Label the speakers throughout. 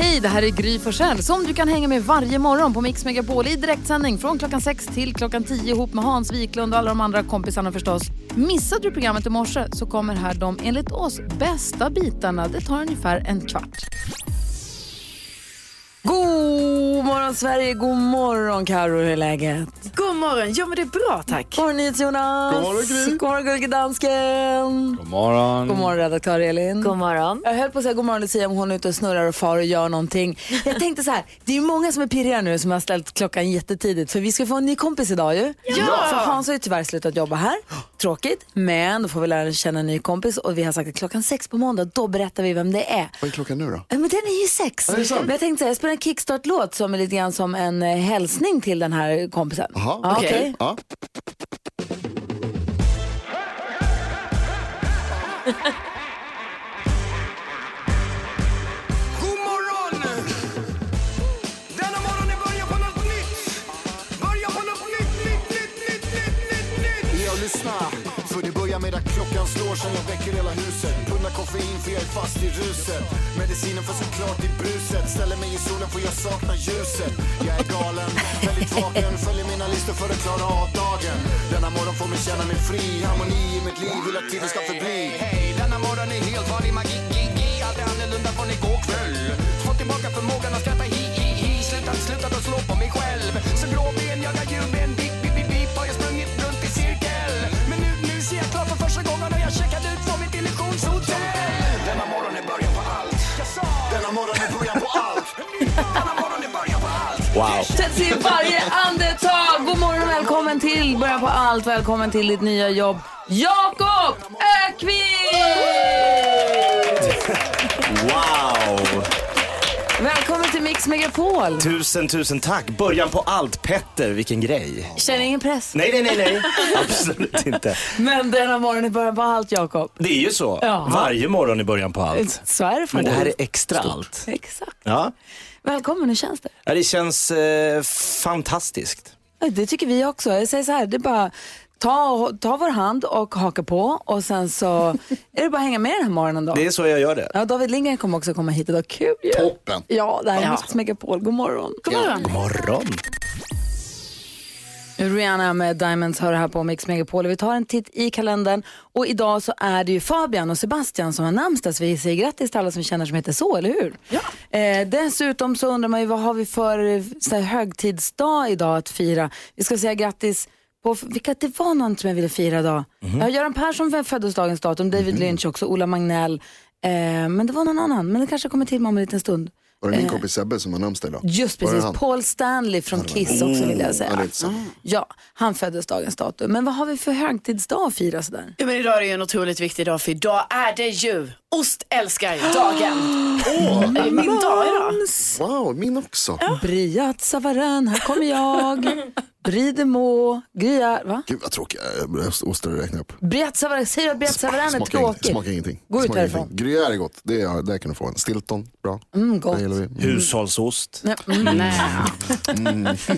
Speaker 1: Hej, det här är Gry Forssell som du kan hänga med varje morgon på Mix Megapol i direktsändning från klockan 6 till klockan 10 ihop med Hans Wiklund och alla de andra kompisarna förstås. Missade du programmet i morse så kommer här de enligt oss bästa bitarna. Det tar ungefär en kvart.
Speaker 2: God morgon Sverige, god morgon Karo hur är läget?
Speaker 3: God morgon, ja men det är bra tack.
Speaker 2: God morgon NyhetsJonas. God morgon Gry. God morgon gullige dansken.
Speaker 4: God morgon.
Speaker 2: God morgon redaktör Elin.
Speaker 3: God morgon.
Speaker 2: Jag höll på att säga god morgon Lucia om hon är ute och snurrar och far och gör någonting. Jag tänkte så här, det är ju många som är pirriga nu som har ställt klockan jättetidigt för vi ska få en ny kompis idag ju. Ja! För Hans har ju tyvärr slutat jobba här. Tråkigt, men då får vi lära känna en ny kompis och vi har sagt att klockan sex på måndag, då berättar vi vem det är.
Speaker 5: Vad är klockan nu då?
Speaker 2: Ja, Men den är ju sex.
Speaker 5: det sant?
Speaker 2: Men jag tänkte säga, jag spelar en kickstart-låt som är lite grann som en eh, hälsning till den här kompisen.
Speaker 5: Jaha,
Speaker 2: Ja,
Speaker 5: okej.
Speaker 2: okej.
Speaker 5: Ja.
Speaker 6: God morgon! Denna morgon är början på något nytt! Början på något nytt, nytt, nytt, nytt, nytt, nytt, nytt!
Speaker 7: Ja, lyssna. För det börjar med att klockan slår sen jag väcker hela huset. Punnar koffein för jag är fast i ruset. Medicinen får såklart i bruset. Ställer mig i solen för jag saknar ljuset. Jag är galen, väldigt vaken. Följer mina listor för att klara av dagen. Denna morgon får mig känna mig fri. Harmoni i mitt liv vill att tiden ska förbli.
Speaker 6: Hej, denna morgon är helt vanlig magi, gi, gi. Allt är annorlunda från igår kväll. Fått tillbaka förmågan att skratta, hi, hi, hi. Slutat, slutat att slå på mig själv. Så gråben, jagar djurben, bip, bip, bip, bip. Har jag sprungit runt i cirkel. Men nu, nu ser jag klart för första gången och jag checkat ut från mitt illusionshotell. Denna morgon är början på allt. Jag sa,
Speaker 7: Denna morgon är början på allt.
Speaker 6: denna morgon är början på allt.
Speaker 2: Sätts i varje andetag. God morgon och välkommen till Början på allt. Välkommen till ditt nya jobb. Jakob Ökvist!
Speaker 8: Wow!
Speaker 2: Välkommen till Mix Megapol.
Speaker 8: Tusen, tusen tack. Början på allt. Petter, vilken grej.
Speaker 2: Känner ingen press.
Speaker 8: Nej, nej, nej, nej. Absolut inte.
Speaker 2: Men denna morgon är början på allt, Jakob.
Speaker 8: Det är ju så.
Speaker 2: Ja.
Speaker 8: Varje morgon i början på allt.
Speaker 2: Så är det
Speaker 8: Men det här är
Speaker 2: faktiskt.
Speaker 8: extra allt.
Speaker 2: Exakt.
Speaker 8: Ja.
Speaker 2: Välkommen, hur känns det?
Speaker 8: Ja, Det känns eh, fantastiskt.
Speaker 2: Ja, Det tycker vi också. Jag säger så här, det är bara ta, ta vår hand och haka på och sen så är det bara att hänga med den här morgonen då.
Speaker 8: Det är så jag gör det.
Speaker 2: Ja, David Lindgren kommer också komma hit idag. Kul ju!
Speaker 5: Toppen.
Speaker 2: Ja, det här är Mix Megapol. God morgon. God
Speaker 8: God morgon.
Speaker 2: Rihanna med Diamonds hör här på Mix Megapol. Vi tar en titt i kalendern och idag så är det ju Fabian och Sebastian som har namnsdag så vi säger grattis till alla som känner som heter så, eller hur? Ja. Eh, dessutom så undrar man ju vad har vi för eh, så här, högtidsdag idag att fira? Vi ska säga grattis på, vilka det var någon som jag ville fira idag?
Speaker 5: Mhm.
Speaker 2: Ja, Göran Persson föddes dagens datum, David Lynch också, Ola Magnell. Eh, men det var någon annan, men det kanske kommer till mig om en liten stund. Eh,
Speaker 5: Var det min kompis Sebbe som har namnsdag idag?
Speaker 2: Just
Speaker 5: Var det
Speaker 2: precis,
Speaker 5: han?
Speaker 2: Paul Stanley från Kiss också vill jag säga. Mm.
Speaker 5: Mm, Ja, det är inte sant.
Speaker 2: Ja, han föddes dagens datum. Men vad har vi för högtidsdag att fira sådär?
Speaker 3: Ja, men idag är det ju en otroligt viktig dag för idag är det ju ostälskardagen. Åh, det är min dag idag.
Speaker 5: Wow, min också.
Speaker 2: Briat Savarin, här kommer jag. Bridemo, Gryar, va?
Speaker 5: Gud vad tråkigt. Äh, Ostar att räkna upp.
Speaker 2: Briat Savarin, säger du att Briat Savarin är
Speaker 5: Smakar ingenting.
Speaker 2: tråkig?
Speaker 5: Smakar ingenting.
Speaker 2: Gå ut
Speaker 5: Smakar
Speaker 2: härifrån.
Speaker 5: ingenting. Gruyère är gott. Det, är, det kan du få en. Stilton, bra.
Speaker 2: Mm, gott.
Speaker 5: Det gillar vi. Mm.
Speaker 8: Hushållsost.
Speaker 2: Nej, mm.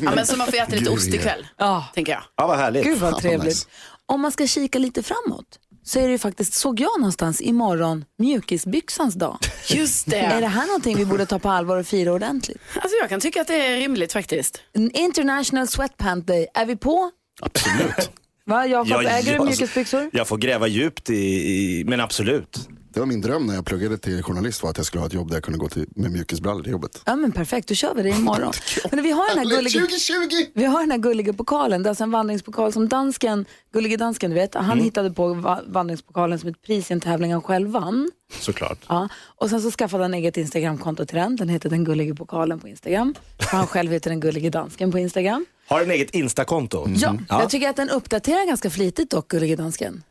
Speaker 3: Ja, men så man får äta lite ost ikväll,
Speaker 2: Ja.
Speaker 3: tänker jag.
Speaker 8: Ja, vad
Speaker 2: Gud
Speaker 8: härligt.
Speaker 2: vad
Speaker 5: vad
Speaker 2: trevligt.
Speaker 5: nice.
Speaker 2: Om man ska kika lite framåt så är det ju faktiskt, såg jag någonstans imorgon, mjukisbyxans dag.
Speaker 3: Just
Speaker 2: Är det
Speaker 3: det.
Speaker 2: här någonting vi borde ta på allvar och fira ordentligt?
Speaker 3: Alltså jag kan tycka att det är rimligt faktiskt.
Speaker 2: International Sweatpant Day, är vi på?
Speaker 5: Absolut.
Speaker 2: Va, Jakob,
Speaker 8: Ja,
Speaker 2: äger du
Speaker 8: ja,
Speaker 2: mjukisbyxor?
Speaker 8: alltså, Jag får gräva djupt i, i men absolut.
Speaker 5: Det var min dröm när jag pluggade till journalist var att jag skulle ha ett jobb där jag kunde gå till, med mjukisbrallor till jobbet.
Speaker 2: Ja men perfekt, då kör vi det imorgon. Men vi har den här
Speaker 5: Härligt,
Speaker 2: gulliga...
Speaker 5: 2020!
Speaker 2: Vi har den här gulliga pokalen, det är alltså en vandringspokal som dansken, gullige dansken du vet, han
Speaker 8: Mm.
Speaker 2: hittade på va- vandringspokalen som ett pris i en tävling han själv vann.
Speaker 8: Såklart.
Speaker 2: Ja. Och sen så skaffade han eget Instagramkonto till den, den heter den gullige pokalen på Instagram. För han själv heter den gullige dansken på Instagram.
Speaker 8: Har en eget Instakonto?
Speaker 2: Ja, jag tycker att den uppdaterar ganska flitigt dock, gullige dansken.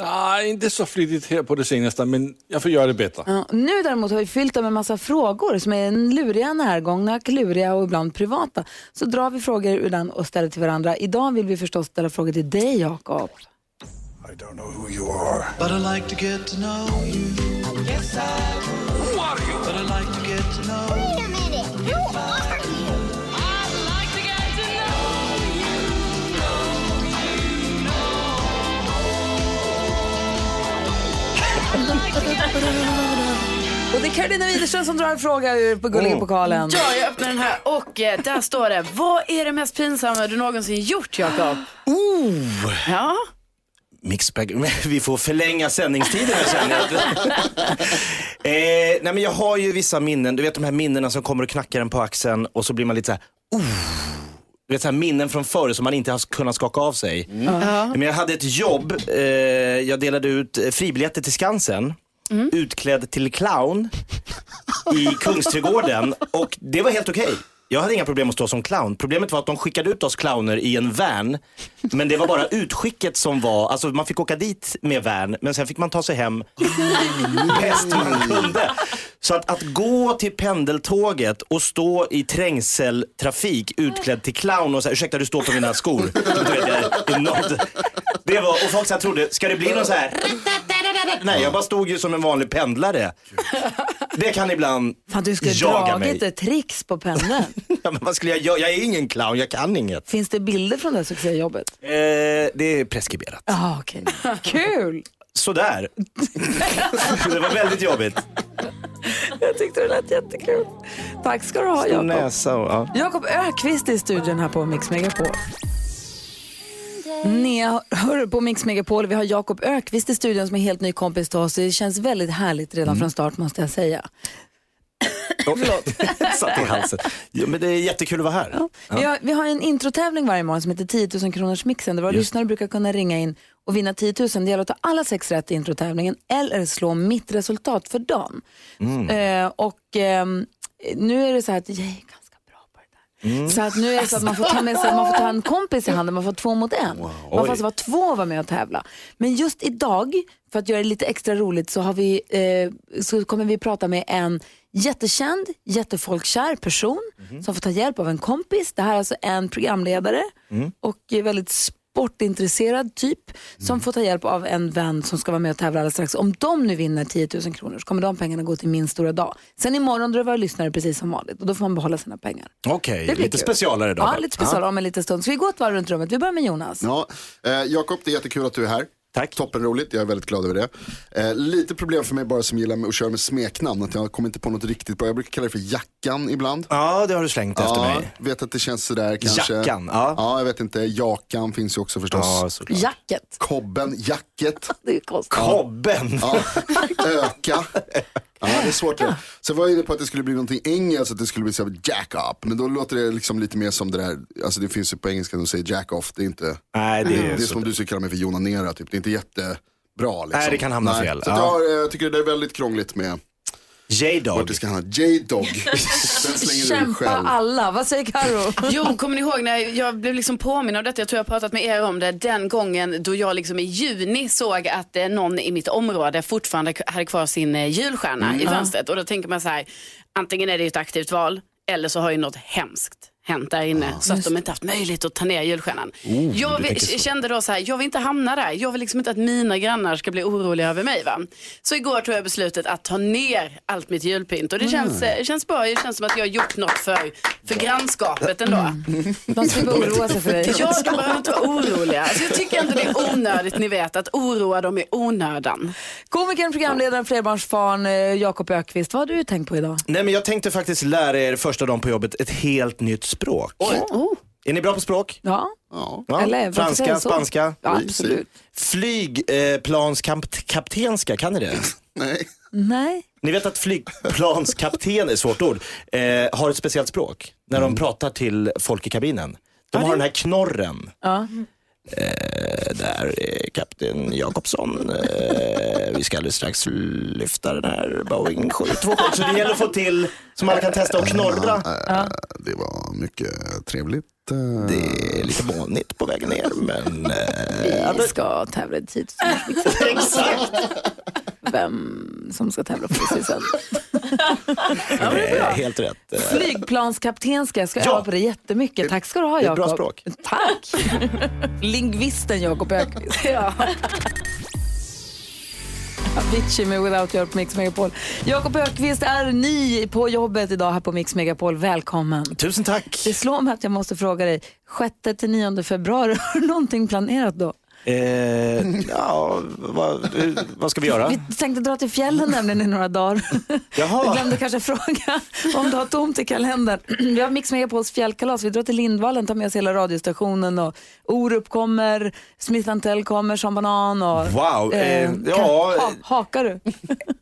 Speaker 9: Ah,
Speaker 4: Nej, inte så flitigt här på det senaste, men jag får göra det bättre.
Speaker 2: Ja, nu däremot har vi fyllt den med massa frågor som är en luriga, närgångna, kluriga och ibland privata. Så drar vi frågor ur den och ställer till varandra. Idag vill vi förstås ställa frågor till dig Jakob.
Speaker 10: I don't know who you are. But I'd like to get to know you. Yes, I would. Who are you? But I'd like to get to know Wait a minute. Who are you? I'd like to get to know you.
Speaker 2: Och det är Karolina Widerström som drar en fråga ur på Gullingepokalen.
Speaker 3: Ja, jag öppnar den här och eh, där står det. Vad är det mest pinsamma du någonsin gjort, Jakob?
Speaker 8: Oh.
Speaker 3: Ja.
Speaker 8: Mixbag. Vi får förlänga sändningstiden här känner jag. eh, nej men jag har ju vissa minnen, du vet de här minnena som kommer och knackar en på axeln och så blir man lite såhär, oh. Du vet så här, minnen från förr som man inte har kunnat skaka av sig.
Speaker 3: Mm.
Speaker 6: Ja.
Speaker 8: Men jag hade ett jobb, eh, jag delade ut eh, fribiljetter till Skansen,
Speaker 3: Mm.
Speaker 8: utklädd till clown i Kungsträdgården och det var helt okej. Jag hade inga problem att stå som clown. Problemet var att de skickade ut oss clowner i en van. Men det var bara utskicket som var, alltså man fick åka dit med van men sen fick man ta sig hem bäst man kunde. Så att, att gå till pendeltåget och stå i trängseltrafik utklädd till clown och säga ursäkta du står på mina skor. Du vet, jag är enormt. Det var, och folk så här trodde, ska det bli någon så här Nej, jag bara stod ju som en vanlig pendlare. Det kan ibland
Speaker 2: Fan, du skulle
Speaker 8: jaga
Speaker 2: dragit
Speaker 8: mig.
Speaker 2: ett trix på pendeln.
Speaker 8: Ja, men vad skulle jag göra? Jag är ingen clown, jag kan inget.
Speaker 2: Finns det bilder från det här succéjobbet?
Speaker 8: Eh, det är preskriberat.
Speaker 2: Ja, okej. Kul!
Speaker 8: Sådär. det var väldigt jobbigt.
Speaker 2: Jag tyckte det lät jättekul. Tack ska du ha,
Speaker 8: Stor
Speaker 2: Jakob.
Speaker 8: näsa och, ja.
Speaker 2: Jakob Ökvist är i studion här på Mix Megapol. Ni hör på Mix Megapol. Vi har Jakob Ökvist i studion som är helt ny kompis till oss. Det känns väldigt härligt redan från start måste jag säga.
Speaker 8: Förlåt. Satt i halsen. Ja, men det är jättekul att vara här.
Speaker 2: Vi, har, vi har en introtävling varje morgon som heter 10 000 kronors mixen där våra lyssnare brukar kunna ringa in och vinna 10 000. Det gäller att ta alla sex rätt i introtävlingen eller slå mitt resultat för dagen.
Speaker 6: Mm.
Speaker 8: Mm.
Speaker 2: Eh, och ehm, nu är det så här att jag är ganska bra på det där. Så att nu är det så att man får ta med sig, man får ta en kompis i handen, man får två mot en. Man
Speaker 1: Oj.
Speaker 2: får alltså vara två och vara med och tävla. Men just idag, för att göra det lite extra roligt, så, har vi, eh, så kommer vi prata med en jättekänd, jättefolkkär person som får ta hjälp av en kompis. Det här är alltså en programledare
Speaker 8: Mm.
Speaker 2: och är väldigt sportintresserad typ som får ta hjälp av en vän som ska vara med och tävla alldeles strax. Om de nu vinner 10 000 kronor så kommer de pengarna gå till min stora dag. Sen imorgon drar våra lyssnare precis som vanligt och då får man behålla sina pengar.
Speaker 8: Okej,
Speaker 2: Det blir
Speaker 8: lite
Speaker 2: kul.
Speaker 8: specialare idag.
Speaker 2: Ja, lite specialare om en liten stund. Ska vi gå ett varv runt rummet? Vi börjar med Jonas.
Speaker 5: Ja, eh, Jakob, det är jättekul att du är här.
Speaker 8: Tack.
Speaker 5: Toppenroligt, jag är väldigt glad över det. Eh, lite problem för mig bara som gillar med- att köra med smeknamn, att jag kommer inte på något riktigt bra. Jag brukar kalla det för Jackan ibland.
Speaker 8: Ja, det har du slängt efter mig.
Speaker 5: Vet att det känns sådär kanske.
Speaker 8: Jackan, ja.
Speaker 5: jag vet inte. Jakan finns ju också förstås.
Speaker 8: Ja,
Speaker 2: Jacket.
Speaker 5: Kobben, jacket.
Speaker 2: det är konstigt.
Speaker 8: Kobben.
Speaker 5: Ja. Öka. Ja, det är svårt det. Sen var jag inne på att det skulle bli någonting engelskt, att det skulle bli så här jack up. Men då låter det liksom lite mer som det där, alltså det finns ju på engelska de säger jack off. Det är inte,
Speaker 8: Nej, det är
Speaker 5: det är
Speaker 8: så
Speaker 5: som om du skulle kalla mig för jonanera typ. Det är inte jättebra liksom.
Speaker 8: Nej, det kan hamna fel.
Speaker 5: Så att
Speaker 8: Ja.
Speaker 5: jag, jag tycker det är väldigt krångligt med
Speaker 8: J-dog.
Speaker 5: Vart det ska hamna. J-dog. Den slänger du
Speaker 3: Kämpa
Speaker 5: in själv.
Speaker 2: alla, vad säger Karo?
Speaker 3: Jo, kommer ni ihåg när jag blev liksom påminn om detta, jag tror jag har pratat med er om det, den gången då jag liksom i juni såg att eh, någon i mitt område fortfarande k- hade kvar sin eh, julstjärna
Speaker 11: Mm.
Speaker 3: i
Speaker 11: Ja.
Speaker 3: fönstret. Och då tänker man så här, antingen är det ju ett aktivt val eller så har ju något hemskt hänt där inne så att de inte haft möjlighet att ta ner julstjärnan.
Speaker 11: Oh,
Speaker 3: jag
Speaker 11: du
Speaker 3: vi-
Speaker 11: tänker så.
Speaker 3: kände då så här, jag vill inte hamna där. Jag vill liksom inte att mina grannar ska bli oroliga över mig. Va? Så igår tog jag beslutet att ta ner allt mitt julpynt och det
Speaker 11: Mm.
Speaker 3: känns, eh, känns bra. Det känns som att jag har gjort något för, för grannskapet ändå.
Speaker 2: Mm. De slipper
Speaker 8: Mm.
Speaker 2: oroa sig för dig.
Speaker 3: Ja, de behöver inte vara oroliga. Alltså, jag tycker ändå det är onödigt, ni vet, att oroa dem i onödan.
Speaker 2: Komikern, programledaren, flerbarnsfarn eh, Jakob Ökvist. Vad har du tänkt på idag?
Speaker 8: Nej, men jag tänkte faktiskt lära er första dagen på jobbet ett helt nytt språk. Är ni bra på språk?
Speaker 2: Ja.
Speaker 8: Ja,
Speaker 2: Eller, varför säger
Speaker 8: Franska,
Speaker 2: jag så?
Speaker 8: spanska?
Speaker 2: Ja, absolut.
Speaker 8: Flygplanskaptenska, kan ni det?
Speaker 5: Nej.
Speaker 2: Nej.
Speaker 8: Ni vet att flygplanskapten, är ett svårt ord, eh, har ett speciellt språk när de pratar till folk i kabinen. De har den här knorren.
Speaker 2: Ja.
Speaker 8: Eh, där är kapten Jakobsson. Eh, vi ska alldeles strax lyfta den här Boeing 727. Så det gäller att få till, som alla kan testa och knorra.
Speaker 5: Det var mycket trevligt.
Speaker 8: Det är lite molnigt på vägen ner men... eh,
Speaker 3: Eh,
Speaker 2: Mm. Vi ska tävla i tid.
Speaker 8: Exakt!
Speaker 2: Vem män som ska tävla på Fryshusen.
Speaker 8: Eh, Helt rätt. Eh,
Speaker 2: Flygplanskapten ska jag ska
Speaker 8: Ja.
Speaker 2: öva på det jättemycket. Tack ska du ha
Speaker 8: Det är ett
Speaker 2: Jakob.
Speaker 8: bra språk.
Speaker 2: Tack. Lingvisten Jakob Ökvist. ja. Avicii med Without You på Mix Megapol. Jakob Ökvist är ny på jobbet idag här på Mix Megapol. Välkommen.
Speaker 8: Tusen tack.
Speaker 2: Det slår mig att jag måste fråga dig, 6-9 februari, har du någonting planerat då?
Speaker 8: Eh, ja, vad, hur- vad ska vi göra?
Speaker 2: Vi tänkte dra till fjällen nämligen i några dagar.
Speaker 8: Jaha.
Speaker 2: Jag glömde kanske fråga om du har tomt i kalendern. Vi har Mix Megapols fjällkalas. Vi drar till Lindvallen, tar med oss hela radiostationen och Orup kommer, Smith Tell kommer som banan och...
Speaker 8: Wow, eh,
Speaker 2: kan-
Speaker 8: ja.
Speaker 2: ha, hakar du?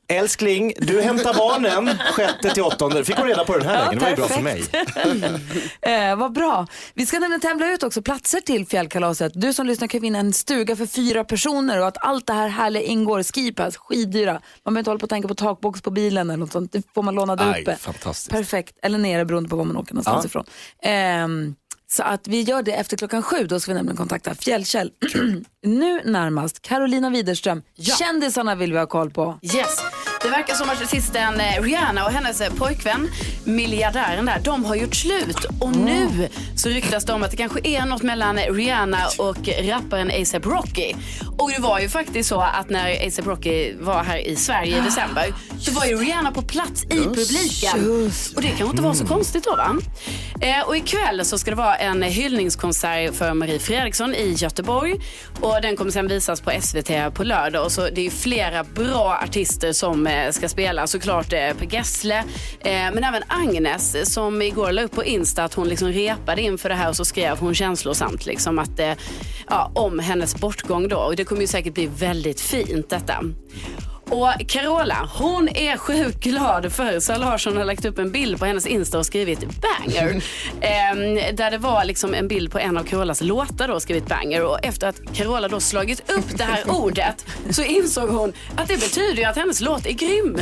Speaker 8: Älskling, du hämtar barnen sjätte till åttonde. Fick hon reda på den här vägen, det var ju bra för mig.
Speaker 2: eh, vad bra. Vi ska nämligen tävla ut också platser till fjällkalaset. Du som lyssnar kan vinna en stuga för fyra personer och att allt det här härliga ingår. Skipass, skiddyra. Man behöver inte hålla på att tänka på takbox på bilen eller något sånt. Det får man låna där
Speaker 8: Aj,
Speaker 2: uppe.
Speaker 8: fantastiskt.
Speaker 2: Perfekt. Eller nere beroende på var man åker någonstans
Speaker 8: Ja.
Speaker 2: ifrån. Ehm, så att vi gör det efter klockan sju. Då ska vi nämligen kontakta Fjällkäll. nu närmast Carolina Widerström. Kändisarna vill vi ha koll på.
Speaker 3: Yes. Det verkar som att artisten eh, Rihanna och hennes eh, pojkvän, miljardären där, de har gjort slut. Och nu så ryktas det om att det kanske är något mellan eh, Rihanna och rapparen ASAP Rocky. Och det var ju faktiskt så att när ASAP Rocky var här i Sverige i december så var ju Rihanna på plats i
Speaker 10: Just
Speaker 3: publiken. Och det kanske inte var så
Speaker 10: Mm.
Speaker 3: konstigt då va? Eh, och ikväll så ska det vara en hyllningskonsert för Marie Fredriksson i Göteborg. Och den kommer sen visas på SVT på lördag. Och så det är ju flera bra artister som eh, ska spela. Såklart eh, Per Gessle, eh, men även Agnes eh, som igår la upp på Insta att hon liksom repade inför det här och så skrev hon känslosamt liksom att, eh, ja, om hennes bortgång då. Och det kommer ju säkert bli väldigt fint detta. Och Carola, hon är sjukt glad för Sara Larsson har lagt upp en bild på hennes Insta och skrivit banger. Ehm, där det var liksom en bild på en av Carolas låtar då och skrivit banger. Och efter att Carola då slagit upp det här ordet så insåg hon att det betyder ju att hennes låt är grym.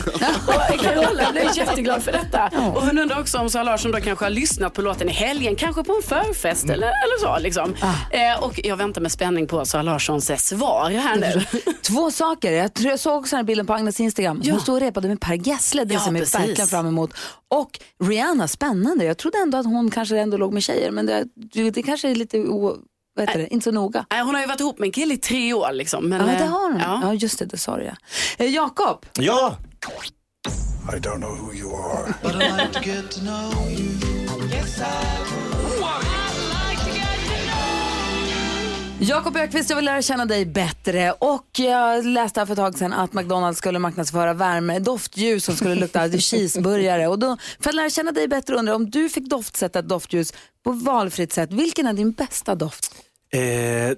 Speaker 3: Och Carola blev jätteglad för detta. Och hon undrar också om Sara Larsson då kanske har lyssnat på låten i helgen, kanske på en förfest eller, eller så. Liksom. Eh, och jag väntar med spänning på Sara Larssons eh, svar här nu.
Speaker 2: Två saker. Jag, tror jag såg också den här bilden på Agnes Instagram. Hon stod och repade med Per Gessle, det
Speaker 3: Ja,
Speaker 2: ser jag
Speaker 3: precis.
Speaker 2: verkligen fram emot. Och Rihanna, spännande. Jag trodde ändå att hon kanske ändå låg med tjejer, men det, det kanske är lite, o, vad heter det, inte så noga.
Speaker 3: Nej, hon har ju varit ihop med en kille i tre år. Liksom, men,
Speaker 2: ja,
Speaker 3: eh,
Speaker 2: det har hon. Ja. just det, det sa du ja. Eh, Jakob,
Speaker 8: Ja!
Speaker 10: I don't know who you are. But I'd like to get to know you. Yes, I would.
Speaker 2: Jakob Ökvist, jag vill lära känna dig bättre. Och jag läste här för ett tag sedan att McDonalds skulle marknadsföra värme, doftljus som skulle lukta cheeseburgare. Och då, för att lära känna dig bättre undrar jag, om du fick doftsätta ett doftljus på valfritt sätt, vilken är din bästa doft?
Speaker 8: Eh,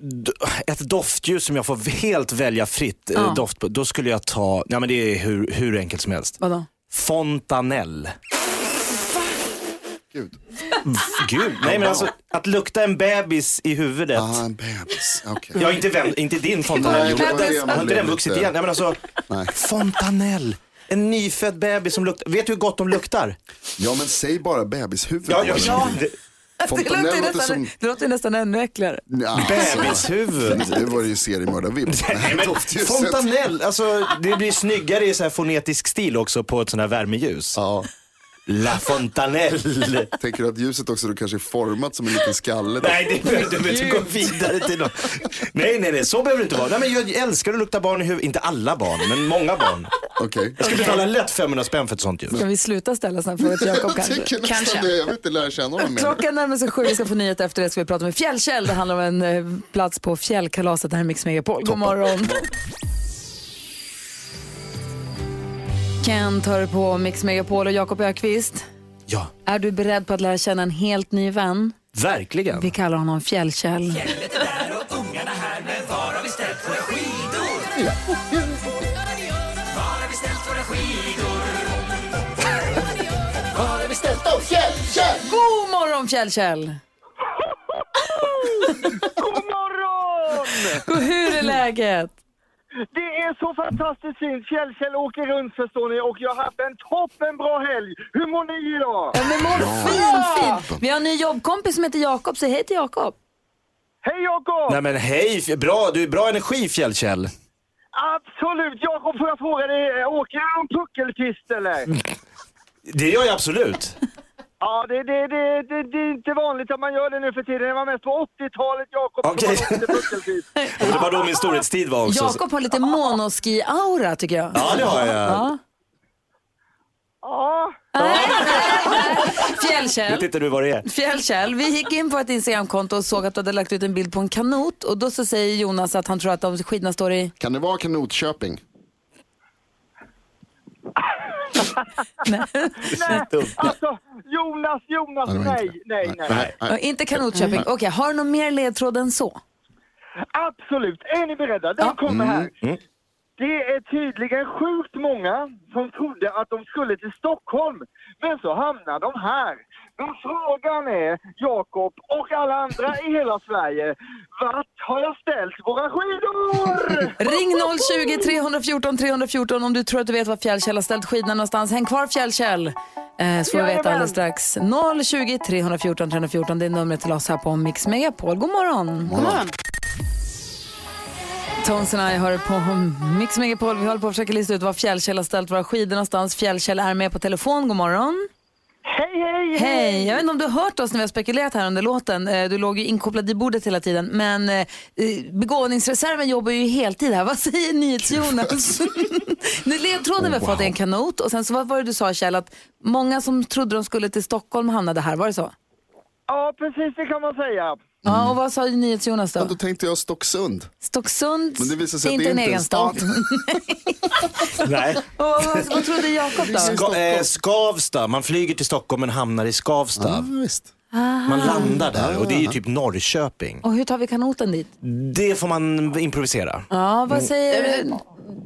Speaker 8: d- ett doftljus som jag får helt välja fritt eh,
Speaker 2: Ja.
Speaker 8: doft på, då skulle jag ta, nej men det är hur, hur enkelt som helst.
Speaker 2: Vadå?
Speaker 8: Fontanell.
Speaker 5: Gud.
Speaker 8: Gud, nej men alltså att lukta en bebis i huvudet. Ja,
Speaker 5: en bebis. Okej.
Speaker 8: Ja, inte, vem, inte din
Speaker 5: Nej,
Speaker 8: fontanell.
Speaker 5: det var
Speaker 8: Gjorde-
Speaker 5: det jag
Speaker 8: Har inte den
Speaker 5: menade.
Speaker 8: vuxit igen? Nej men alltså, fontanell. En nyfödd bebis som luktar, vet du hur gott de luktar?
Speaker 5: Ja men säg bara bebishuvud.
Speaker 8: Ja, ja, ja.
Speaker 5: Fontanell
Speaker 2: det, låter ju
Speaker 5: låter
Speaker 2: nästan,
Speaker 5: som-
Speaker 2: det låter ju nästan ännu äckligare.
Speaker 5: Ja,
Speaker 8: Bebishuvud.
Speaker 5: alltså. Nu var det ju seriemördarvibb.
Speaker 8: Nej, men
Speaker 5: Doftljuset.
Speaker 8: fontanell, alltså det blir snyggare i så här fonetisk stil också på ett sånt här värmeljus.
Speaker 5: Ja.
Speaker 8: La fontanelle.
Speaker 5: Tänker du att ljuset också då kanske är format som en liten skalle?
Speaker 8: Nej, det behöver du behöver inte gå vidare till något. Nej, nej, nej, så behöver det inte vara. Nej, men jag älskar att lukta barn i huvudet. Inte alla barn, men många barn.
Speaker 5: Okej.
Speaker 8: Jag ska betala lätt 500 spänn för ett sånt ljus.
Speaker 2: Ska vi sluta ställa sådana frågor till Jakob
Speaker 5: Jag
Speaker 2: kanske?
Speaker 5: tycker nästan det. Jag vill inte lära känna honom mer.
Speaker 2: Klockan närmar sig sju, vi ska få nyheter efter det. Ska vi prata med Fjällkäll. Det handlar om en eh, plats på Fjällkalaset. Det här är Mix Megapol. God morgon. Kent hör på Mix Megapol och Jakob Ökvist.
Speaker 8: Ja.
Speaker 2: Är du beredd på att lära känna en helt ny vän?
Speaker 8: Verkligen.
Speaker 2: Vi kallar honom Fjällkäll.
Speaker 10: Var har vi ställt våra skidor? Var har vi ställt våra skidor?
Speaker 5: Var har vi ställt dem? Fjällkäll!
Speaker 2: God morgon Fjällkäll! God morgon! Hur är läget?
Speaker 11: Det är så fantastiskt fint. Fjällkäll åker runt förstår ni och jag har haft en toppenbra helg. Hur mår ni idag?
Speaker 2: Ja, men mår fin, fin. Vi har en ny jobbkompis som heter Jakob. Säg hej till Jakob.
Speaker 11: Hej Jakob!
Speaker 8: Nej, men hej, f- bra, du är bra energi Fjällkäll.
Speaker 11: Absolut! Jakob, får jag fråga dig, eh, åker du någon puckelpist eller?
Speaker 8: Det gör jag absolut.
Speaker 11: Ja, det, det, det, det, det är inte vanligt att man gör det nu för tiden. Det var mest på 80-talet, Jakob.
Speaker 8: Okej. Det var då min storhetstid var också.
Speaker 2: Jakob har lite monoski-aura tycker jag.
Speaker 8: Ja, det har jag.
Speaker 2: Ja.
Speaker 11: Ja.
Speaker 8: Vet
Speaker 2: Fjällkäll.
Speaker 8: inte du vad det är?
Speaker 2: Fjällkäll, vi gick in på ett Instagramkonto och såg att du hade lagt ut en bild på en kanot och då så säger Jonas att han tror att de skidorna står i...
Speaker 5: Kan det vara Kanotköping?
Speaker 11: Alltså, Jonas, Jonas,
Speaker 2: Ja, det var
Speaker 11: nej, nej, nej.
Speaker 2: Ja, Inte kanotköping. Okej, har du någon mer ledtråd än så?
Speaker 11: Absolut. Är ni beredda? Den kommer här. Det är tydligen sjukt många som trodde att de skulle till Stockholm, men så hamnar de här. Men frågan är, Jakob och alla andra i hela Sverige, vart har jag ställt våra skidor?
Speaker 2: Ring 020 314 314 om du tror att du vet var Fjällkäll har ställt skidorna någonstans. Häng kvar Fjällkäll. Eh, så får vi veta
Speaker 1: Jajamän.
Speaker 2: alldeles strax. 020 314 314, det är numret till oss här på Mix Megapol. God morgon!
Speaker 1: God morgon.
Speaker 2: Tones and I hör på Mix Megapol. Vi håller på att försöka lista ut var Fjällkäll har ställt våra skidor någonstans. Fjällkäll är med på telefon. God morgon!
Speaker 11: Hej, hej,
Speaker 2: Hej! Jag vet inte om du har hört oss när vi har spekulerat här under låten. Eh, Du låg ju inkopplad i bordet hela tiden. Men eh, begåvningsreserven jobbar ju heltid här. Vad säger NyhetsJonas? nu ledtråden vi har fått är en kanot och sen så vad var det du sa Kjell att många som trodde de skulle till Stockholm hamnade här. Var det så?
Speaker 11: Ja, precis det kan man säga.
Speaker 2: Ja, och vad sa NyhetsJonas då?
Speaker 5: Då tänkte jag Stocksund.
Speaker 2: Stocksund,
Speaker 5: Men det visar sig att
Speaker 2: inte
Speaker 5: det
Speaker 2: en
Speaker 5: inte är en
Speaker 2: egen stad.
Speaker 5: stad.
Speaker 8: Nej.
Speaker 2: och vad, vad trodde Jakob då?
Speaker 8: Ska, eh, Skavsta, man flyger till Stockholm men hamnar i Skavsta. Man
Speaker 2: Ah.
Speaker 8: landar där och det är ju typ Norrköping.
Speaker 2: Och hur tar vi kanoten dit?
Speaker 8: Det får man improvisera.
Speaker 2: Ja, vad säger
Speaker 3: du? Eh,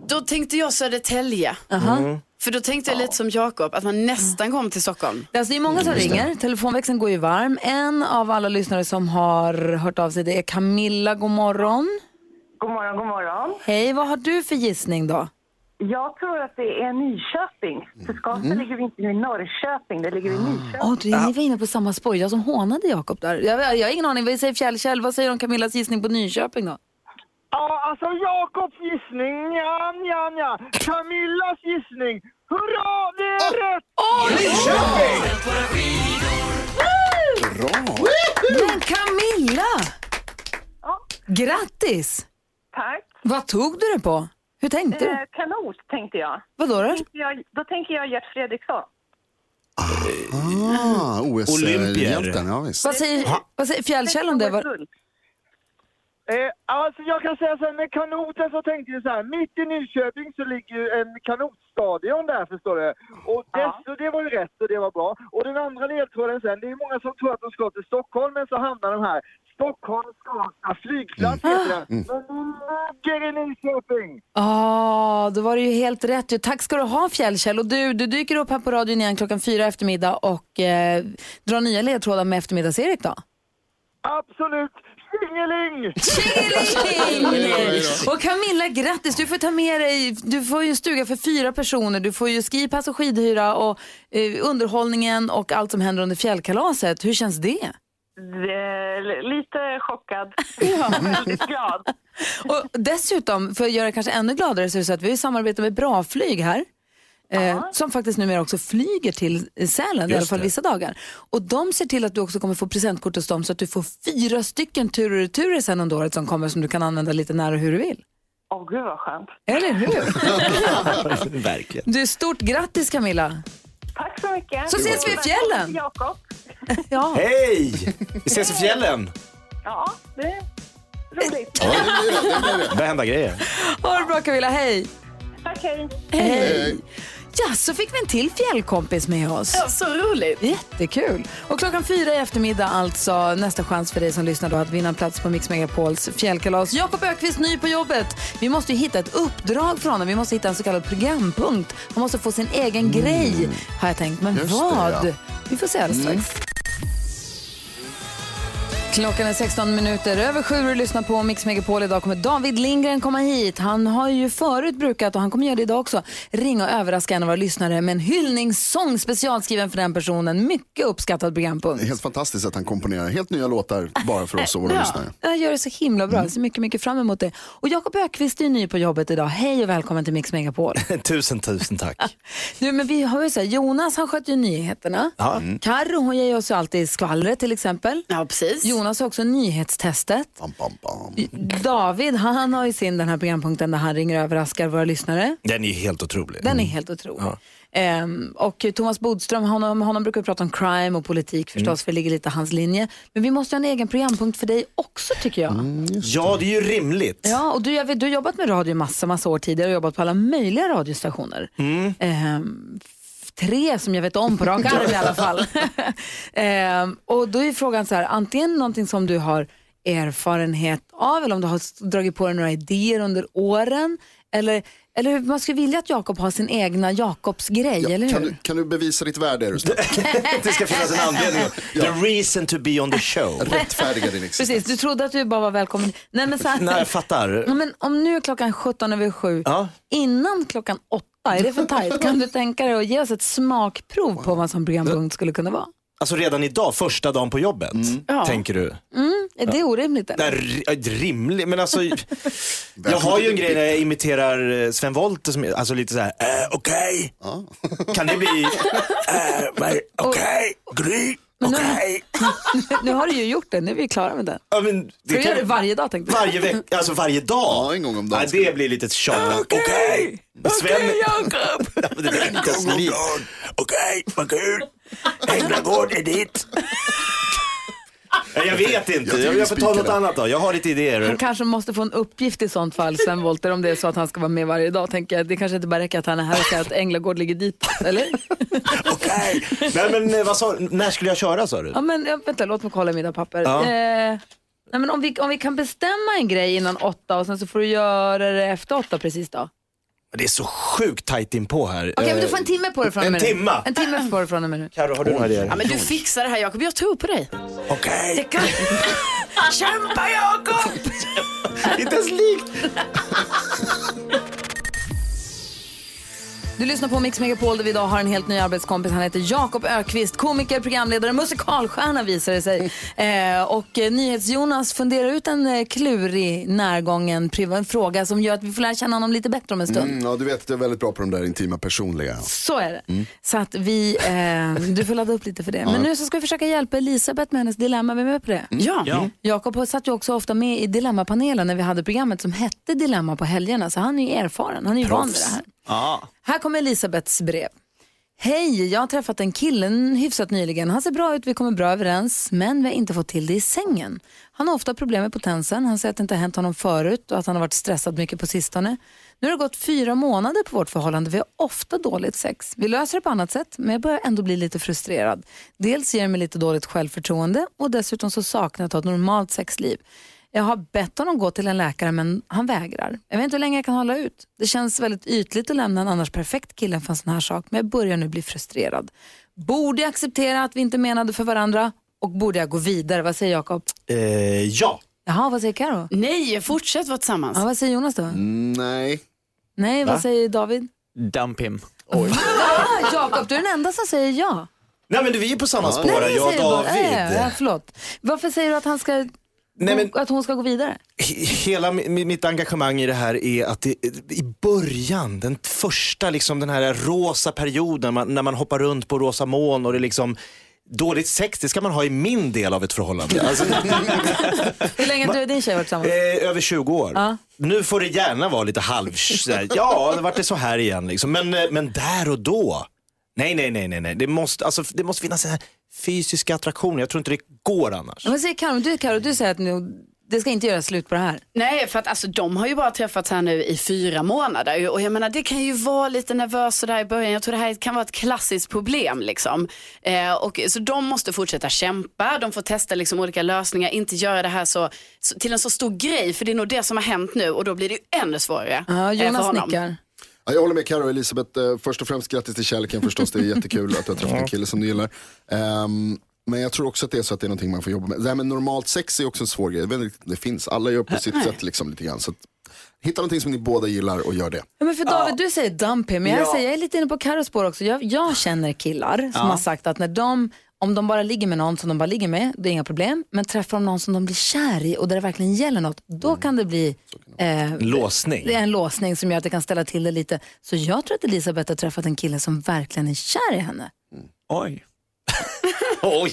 Speaker 3: Då tänkte jag Södertälje.
Speaker 8: Mm.
Speaker 3: För då tänkte jag lite som Jakob, att man nästan kom till Stockholm.
Speaker 2: Alltså, det är många som
Speaker 3: Just det.
Speaker 2: ringer, telefonväxeln går ju varm. En av alla lyssnare som har hört av sig det är Camilla, god morgon.
Speaker 12: God morgon, god morgon.
Speaker 2: Hej, vad har du för gissning då?
Speaker 12: Jag tror att det är Nyköping. För Skavsta ligger vi inte i Norrköping, det ligger vi i
Speaker 2: Mm.
Speaker 12: Nyköping.
Speaker 2: Ah. Åh, du ni var inne på samma spår, jag som hånade Jakob där. Jag, jag har ingen aning, vad säger Fjällkäll, vad säger du om Camillas gissning på Nyköping då?
Speaker 11: Ja, alltså Jakobs gissning, ja, ja, ja. Camillas gissning, hurra, det är rätt! Åh,
Speaker 2: Men Camilla! Grattis!
Speaker 12: Tack.
Speaker 2: Vad tog du det på? Hur tänkte
Speaker 12: Eh,
Speaker 2: du?
Speaker 12: kanot tänkte jag.
Speaker 2: Vad då?
Speaker 12: Då tänker jag, då tänker jag Gert Fredriksson.
Speaker 5: Ah, OS
Speaker 8: Olympier.
Speaker 5: Olympier. Ja, visst.
Speaker 2: Vad säger, vad säger Fjällkäll om det? Vad-
Speaker 11: Eh, alltså jag kan säga så här, med kanoten så tänkte jag så här, mitt i Nyköping så ligger ju en kanotstadion där förstår du. Och dess, så det var ju rätt och det var bra. Och den andra ledtråden sen, det är många som tror att de ska till Stockholm men så hamnar de här. Stockholm Skavsta flygplats heter den.
Speaker 2: Mm.
Speaker 11: Men den ligger i Nyköping.
Speaker 2: Ja, Ah, då var det ju helt rätt. ju. Tack ska du ha Fjällkäll. Och du, du dyker upp här på radion igen klockan fyra i eftermiddag och eh, drar nya ledtrådar med eftermiddags-Erik då.
Speaker 11: Absolut! Tjingeling!
Speaker 2: Tjingeling! Och Camilla, grattis! Du får ta med dig, du får ju en stuga för fyra personer. Du får ju skipass och skidhyra och eh, underhållningen och allt som händer under fjällkalaset. Hur känns det?
Speaker 12: Eh, Lite chockad. Ja. Väldigt glad.
Speaker 2: Och dessutom, för att göra det kanske ännu gladare, så är det så att vi samarbetar med Bra Flyg här. Eh, som faktiskt numera också flyger till eh, Sälen, i
Speaker 1: Just
Speaker 2: alla fall
Speaker 1: det.
Speaker 2: vissa dagar. Och de ser till att du också kommer få presentkort hos dem så att du får fyra stycken tur och returer sen under året som kommer som du kan använda lite när och hur du vill.
Speaker 12: Åh, gud vad skönt.
Speaker 2: Eller hur?
Speaker 8: Verkligen.
Speaker 2: Du, stort grattis Camilla!
Speaker 12: Tack så mycket.
Speaker 2: Så ses vi i fjällen.
Speaker 12: Jakob.
Speaker 2: Ja.
Speaker 8: Hej! Vi ses i fjällen.
Speaker 12: Ja, det är roligt.
Speaker 8: Det börjar hända grejer.
Speaker 2: Ha det bra Camilla, hej!
Speaker 12: Tack, hej.
Speaker 2: Hej! Ja, så fick vi en till fjällkompis med oss.
Speaker 3: Ja, så roligt.
Speaker 2: Jättekul. Och klockan fyra i eftermiddag alltså nästa chans för dig som lyssnar då att vinna en plats på Mix Megapols fjällkalas. Jakob Ökvist ny på jobbet. Vi måste ju hitta ett uppdrag för honom. Vi måste hitta en så kallad programpunkt. Han måste få sin egen
Speaker 3: Mm.
Speaker 2: grej har jag tänkt. Men
Speaker 10: Just det,
Speaker 5: Mm.
Speaker 2: vad?
Speaker 10: ja.
Speaker 2: Vi får se alldeles strax. Klockan är 16 minuter över sju och du lyssnar på Mix Megapol. Idag kommer David Lindgren komma hit. Han har ju förut brukat, och han kommer göra det idag också, ringa och överraska en av våra lyssnare med en hyllningssång specialskriven för den personen. Mycket uppskattad programpunkt.
Speaker 5: Det är helt fantastiskt att han komponerar helt nya låtar bara för oss och våra
Speaker 2: ja.
Speaker 5: lyssnare. Mm.
Speaker 2: Han gör det så himla bra. Jag ser mycket, mycket fram emot det. Och Jakob Ökvist är ju ny på jobbet idag. Hej och välkommen till Mix Megapol.
Speaker 8: tusen, tusen tack.
Speaker 2: Du, men vi har ju så här, Jonas han sköter ju nyheterna.
Speaker 8: Ja. Mm.
Speaker 2: Carro hon ger ju oss ju alltid skvallret till exempel.
Speaker 3: Ja, precis.
Speaker 2: Jonas har också nyhetstestet. David han har ju sin den här programpunkten där han ringer och överraskar våra lyssnare.
Speaker 8: Den är ju helt otrolig.
Speaker 2: Den är helt otrolig.
Speaker 8: Mm. Ja.
Speaker 2: Ehm, och Thomas Bodström, honom, honom brukar vi prata om crime och politik förstås, för det ligger lite i hans linje. Men vi måste ju ha en egen programpunkt för dig också tycker jag.
Speaker 8: Mm. Ja, det är ju rimligt.
Speaker 2: Ja, och du, jag vet, du har jobbat med radio i massa, massa år tidigare och jobbat på alla möjliga radiostationer.
Speaker 5: Mm.
Speaker 2: Ehm, f- tre som jag vet om på rak arm i alla fall. Ehm, och då är frågan så här, antingen någonting som du har erfarenhet av eller om du har s- dragit på dig några idéer under åren. Eller, eller hur- man skulle vilja att Jakob har sin egna Jakobs grej, eller hur?
Speaker 5: Kan du, kan du bevisa ditt värde? Mm, är du snäll?
Speaker 8: det ska finnas en anledning. The reason to be on the show.
Speaker 5: Rättfärdiga din
Speaker 2: Precis, du trodde att du bara var välkommen. Nej, men så här,
Speaker 8: Nej, jag fattar.
Speaker 2: Ja, men om nu är klockan 17 över 7, innan klockan 8, är det för tajt? Kan du tänka dig att ge oss ett smakprov på vad som programpunkt skulle kunna vara?
Speaker 8: Alltså redan idag, första dagen på jobbet,
Speaker 2: Ja.
Speaker 8: tänker du?
Speaker 2: Mm, är det
Speaker 8: Ja.
Speaker 2: orimligt? Eller?
Speaker 8: Nej, ri- ja, rimligt, men alltså. jag har ju en grej när jag imiterar eh, Sven Wollter, som, alltså lite så här, eh, okej. Kan det bli, eh, men okej, Gry,
Speaker 2: Men nu,
Speaker 8: okej.
Speaker 2: nu har du ju gjort det, nu är vi klara med den.
Speaker 8: Ja, men
Speaker 2: Ska du
Speaker 8: kan-
Speaker 2: göra det varje dag tänkte jag.
Speaker 8: Varje vecka, alltså varje dag. Ja, en gång om dagen. Nej, det blir lite tjat. Okej, Sven.
Speaker 2: Jakob.
Speaker 8: Ja, men det blir inte ens likt. Okej, vad kul. Änglagård är ditt. Ja, Jag vet inte,
Speaker 5: Jag
Speaker 8: jag,
Speaker 5: tycker
Speaker 8: jag får ta
Speaker 5: spika
Speaker 8: något
Speaker 5: det.
Speaker 8: annat då. Jag har lite idéer.
Speaker 2: Han kanske måste få en uppgift i sånt fall, Sven Wollter, om det är så att han ska vara med varje dag. Tänker jag. Det kanske inte bara räcker att han är här och säger att Änglagård ligger dit, eller?
Speaker 8: Nej men eh, vad sa du? När skulle jag köra sa du?
Speaker 2: Ja, men, ja, vänta, låt mig kolla i mina papper.
Speaker 8: Ja.
Speaker 2: Eh, nej, men om, vi, om vi kan bestämma en grej innan åtta och sen så får du göra det efter åtta precis då. Okej,
Speaker 8: Det är så sjukt tajt inpå här. Eh,
Speaker 2: men du får en timme på dig från och
Speaker 8: En
Speaker 2: med nu.
Speaker 8: timma?
Speaker 2: En timme på dig från och med nu.
Speaker 8: Carro, har du några idéer?
Speaker 3: Ja, men du fixar det här Jakob, jag tror på dig.
Speaker 8: Okej.
Speaker 3: Det kan... Kämpa Jakob!
Speaker 8: Inte ens likt.
Speaker 2: Du lyssnar på Mix Megapol där vi idag har en helt ny arbetskompis. Han heter Jakob Ökvist, komiker, programledare, musikalstjärna visar det sig. Eh, och eh, NyhetsJonas funderar ut en eh, klurig, närgången priv- en fråga som gör att vi får lära känna honom lite bättre om en stund.
Speaker 5: Mm, ja, du vet att jag är väldigt bra på de där intima personliga.
Speaker 2: Så är det.
Speaker 5: Mm.
Speaker 2: Så att vi, eh, du får ladda upp lite för det. Men
Speaker 5: Ja.
Speaker 2: nu så ska vi försöka hjälpa Elisabeth med hennes dilemma. Vi är med på det?
Speaker 3: Mm. Ja. Ja.
Speaker 2: Jakob satt ju också ofta med i Dilemmapanelen när vi hade programmet som hette Dilemma på helgerna. Så han är ju erfaren. Han är ju van vid det här.
Speaker 8: Ja.
Speaker 2: Här kommer Elisabeths brev. Hej, jag har träffat en kille hyfsat nyligen. Han ser bra ut, vi kommer bra överens, men vi har inte fått till det i sängen. Han har ofta problem med potensen. Han säger att det inte har hänt honom förut och att han har varit stressad mycket på sistone. Nu har det gått fyra månader på vårt förhållande. Vi har ofta dåligt sex. Vi löser det på annat sätt, men jag börjar ändå bli lite frustrerad. Dels ger det mig lite dåligt självförtroende och dessutom så saknar jag att ha ett normalt sexliv. Jag har bett honom gå till en läkare men han vägrar. Jag vet inte hur länge jag kan hålla ut. Det känns väldigt ytligt att lämna en annars perfekt kille för en sån här sak men jag börjar nu bli frustrerad. Borde jag acceptera att vi inte menade för varandra och borde jag gå vidare? Vad säger Jakob?
Speaker 8: Eh, ja.
Speaker 2: Jaha, vad säger Karo?
Speaker 3: Nej, fortsätt vara tillsammans.
Speaker 2: Ja, vad säger Jonas då?
Speaker 5: Nej.
Speaker 2: Nej,
Speaker 13: Va?
Speaker 2: vad säger David?
Speaker 13: Dump him.
Speaker 2: Ah, Jakob, du är den enda som säger ja.
Speaker 8: Nej men du, vi är på samma spår,
Speaker 2: Nej,
Speaker 8: jag och
Speaker 2: säger bara-
Speaker 8: David.
Speaker 2: Äh, ja, förlåt. Varför säger du att, han ska,
Speaker 8: Nej, men-
Speaker 2: att hon ska gå vidare?
Speaker 8: He- Hela mi- mi- mitt engagemang i det här är att det, i början, den första liksom den här rosa perioden man, när man hoppar runt på rosa moln och det är liksom dåligt sex, det ska man ha i min del av ett förhållande. Alltså,
Speaker 2: Hur länge har du och din tjej varit tillsammans?
Speaker 8: eh, över 20 år.
Speaker 2: Ja.
Speaker 8: Nu får det gärna vara lite halv... så här, Ja, det vart det så här igen liksom. Men, eh, men där och då. Nej, nej, nej, nej, nej. Det måste, alltså, det måste finnas en här fysisk attraktion. Jag tror inte det går annars.
Speaker 2: Vad säger Karo? Du, Karo, du säger att nu, det ska inte göras slut på det här.
Speaker 3: Nej, för att alltså, de har ju bara träffats här nu i fyra månader. Och jag menar, det kan ju vara lite nervöst där i början. Jag tror det här kan vara ett klassiskt problem. Liksom. Eh, och, så de måste fortsätta kämpa. De får testa liksom, olika lösningar. Inte göra det här så, så, till en så stor grej. För det är nog det som har hänt nu. Och då blir det ju ännu svårare.
Speaker 2: Ja,
Speaker 3: eh, för
Speaker 2: Jonas
Speaker 3: honom.
Speaker 2: nickar.
Speaker 5: Ja, jag håller med Karo och Elisabeth. Eh, Först och främst grattis till kärleken förstås. Det är jättekul att du har träffat en kille som du gillar. Ehm, Men jag tror också att det är så att det är någonting man får jobba med. Det här med normalt sex är också en svår grej. Jag vet inte riktigt om Det finns, alla gör på sitt
Speaker 2: Nej.
Speaker 5: sätt liksom lite grann. Så att, hitta någonting som ni båda gillar och gör det.
Speaker 2: Ja, men för David, du säger dumpy, men jag,
Speaker 5: Ja.
Speaker 2: säger, jag är lite inne på Carros spår också. Jag, jag känner killar som
Speaker 5: Ja.
Speaker 2: har sagt att när de, om de bara ligger med någon som de bara ligger med, det är inga problem. Men träffar de någon som de blir kär i och där det verkligen gäller något, då kan det bli eh,
Speaker 8: Låsning.
Speaker 2: det är en låsning som gör att det kan ställa till det lite. Så jag tror att Elisabeth har träffat en kille som verkligen är kär i henne.
Speaker 13: Oj.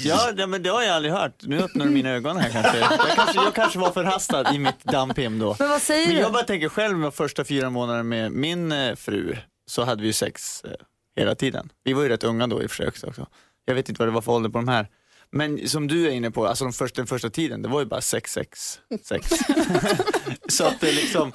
Speaker 13: Ja, det, men det har jag aldrig hört. Nu öppnar du mina ögon här kanske. Jag kanske, jag kanske var förhastad i mitt dampim då.
Speaker 2: Men vad säger
Speaker 13: men
Speaker 2: du?
Speaker 13: jag bara tänker själv, de första fyra månaderna med min eh, fru så hade vi ju sex eh, hela tiden. Vi var ju rätt unga då i och för sig också. också. Jag vet inte vad det var för ålder på de här. Men som du är inne på, alltså de första, den första tiden, det var ju bara sex, sex, sex. så att det liksom,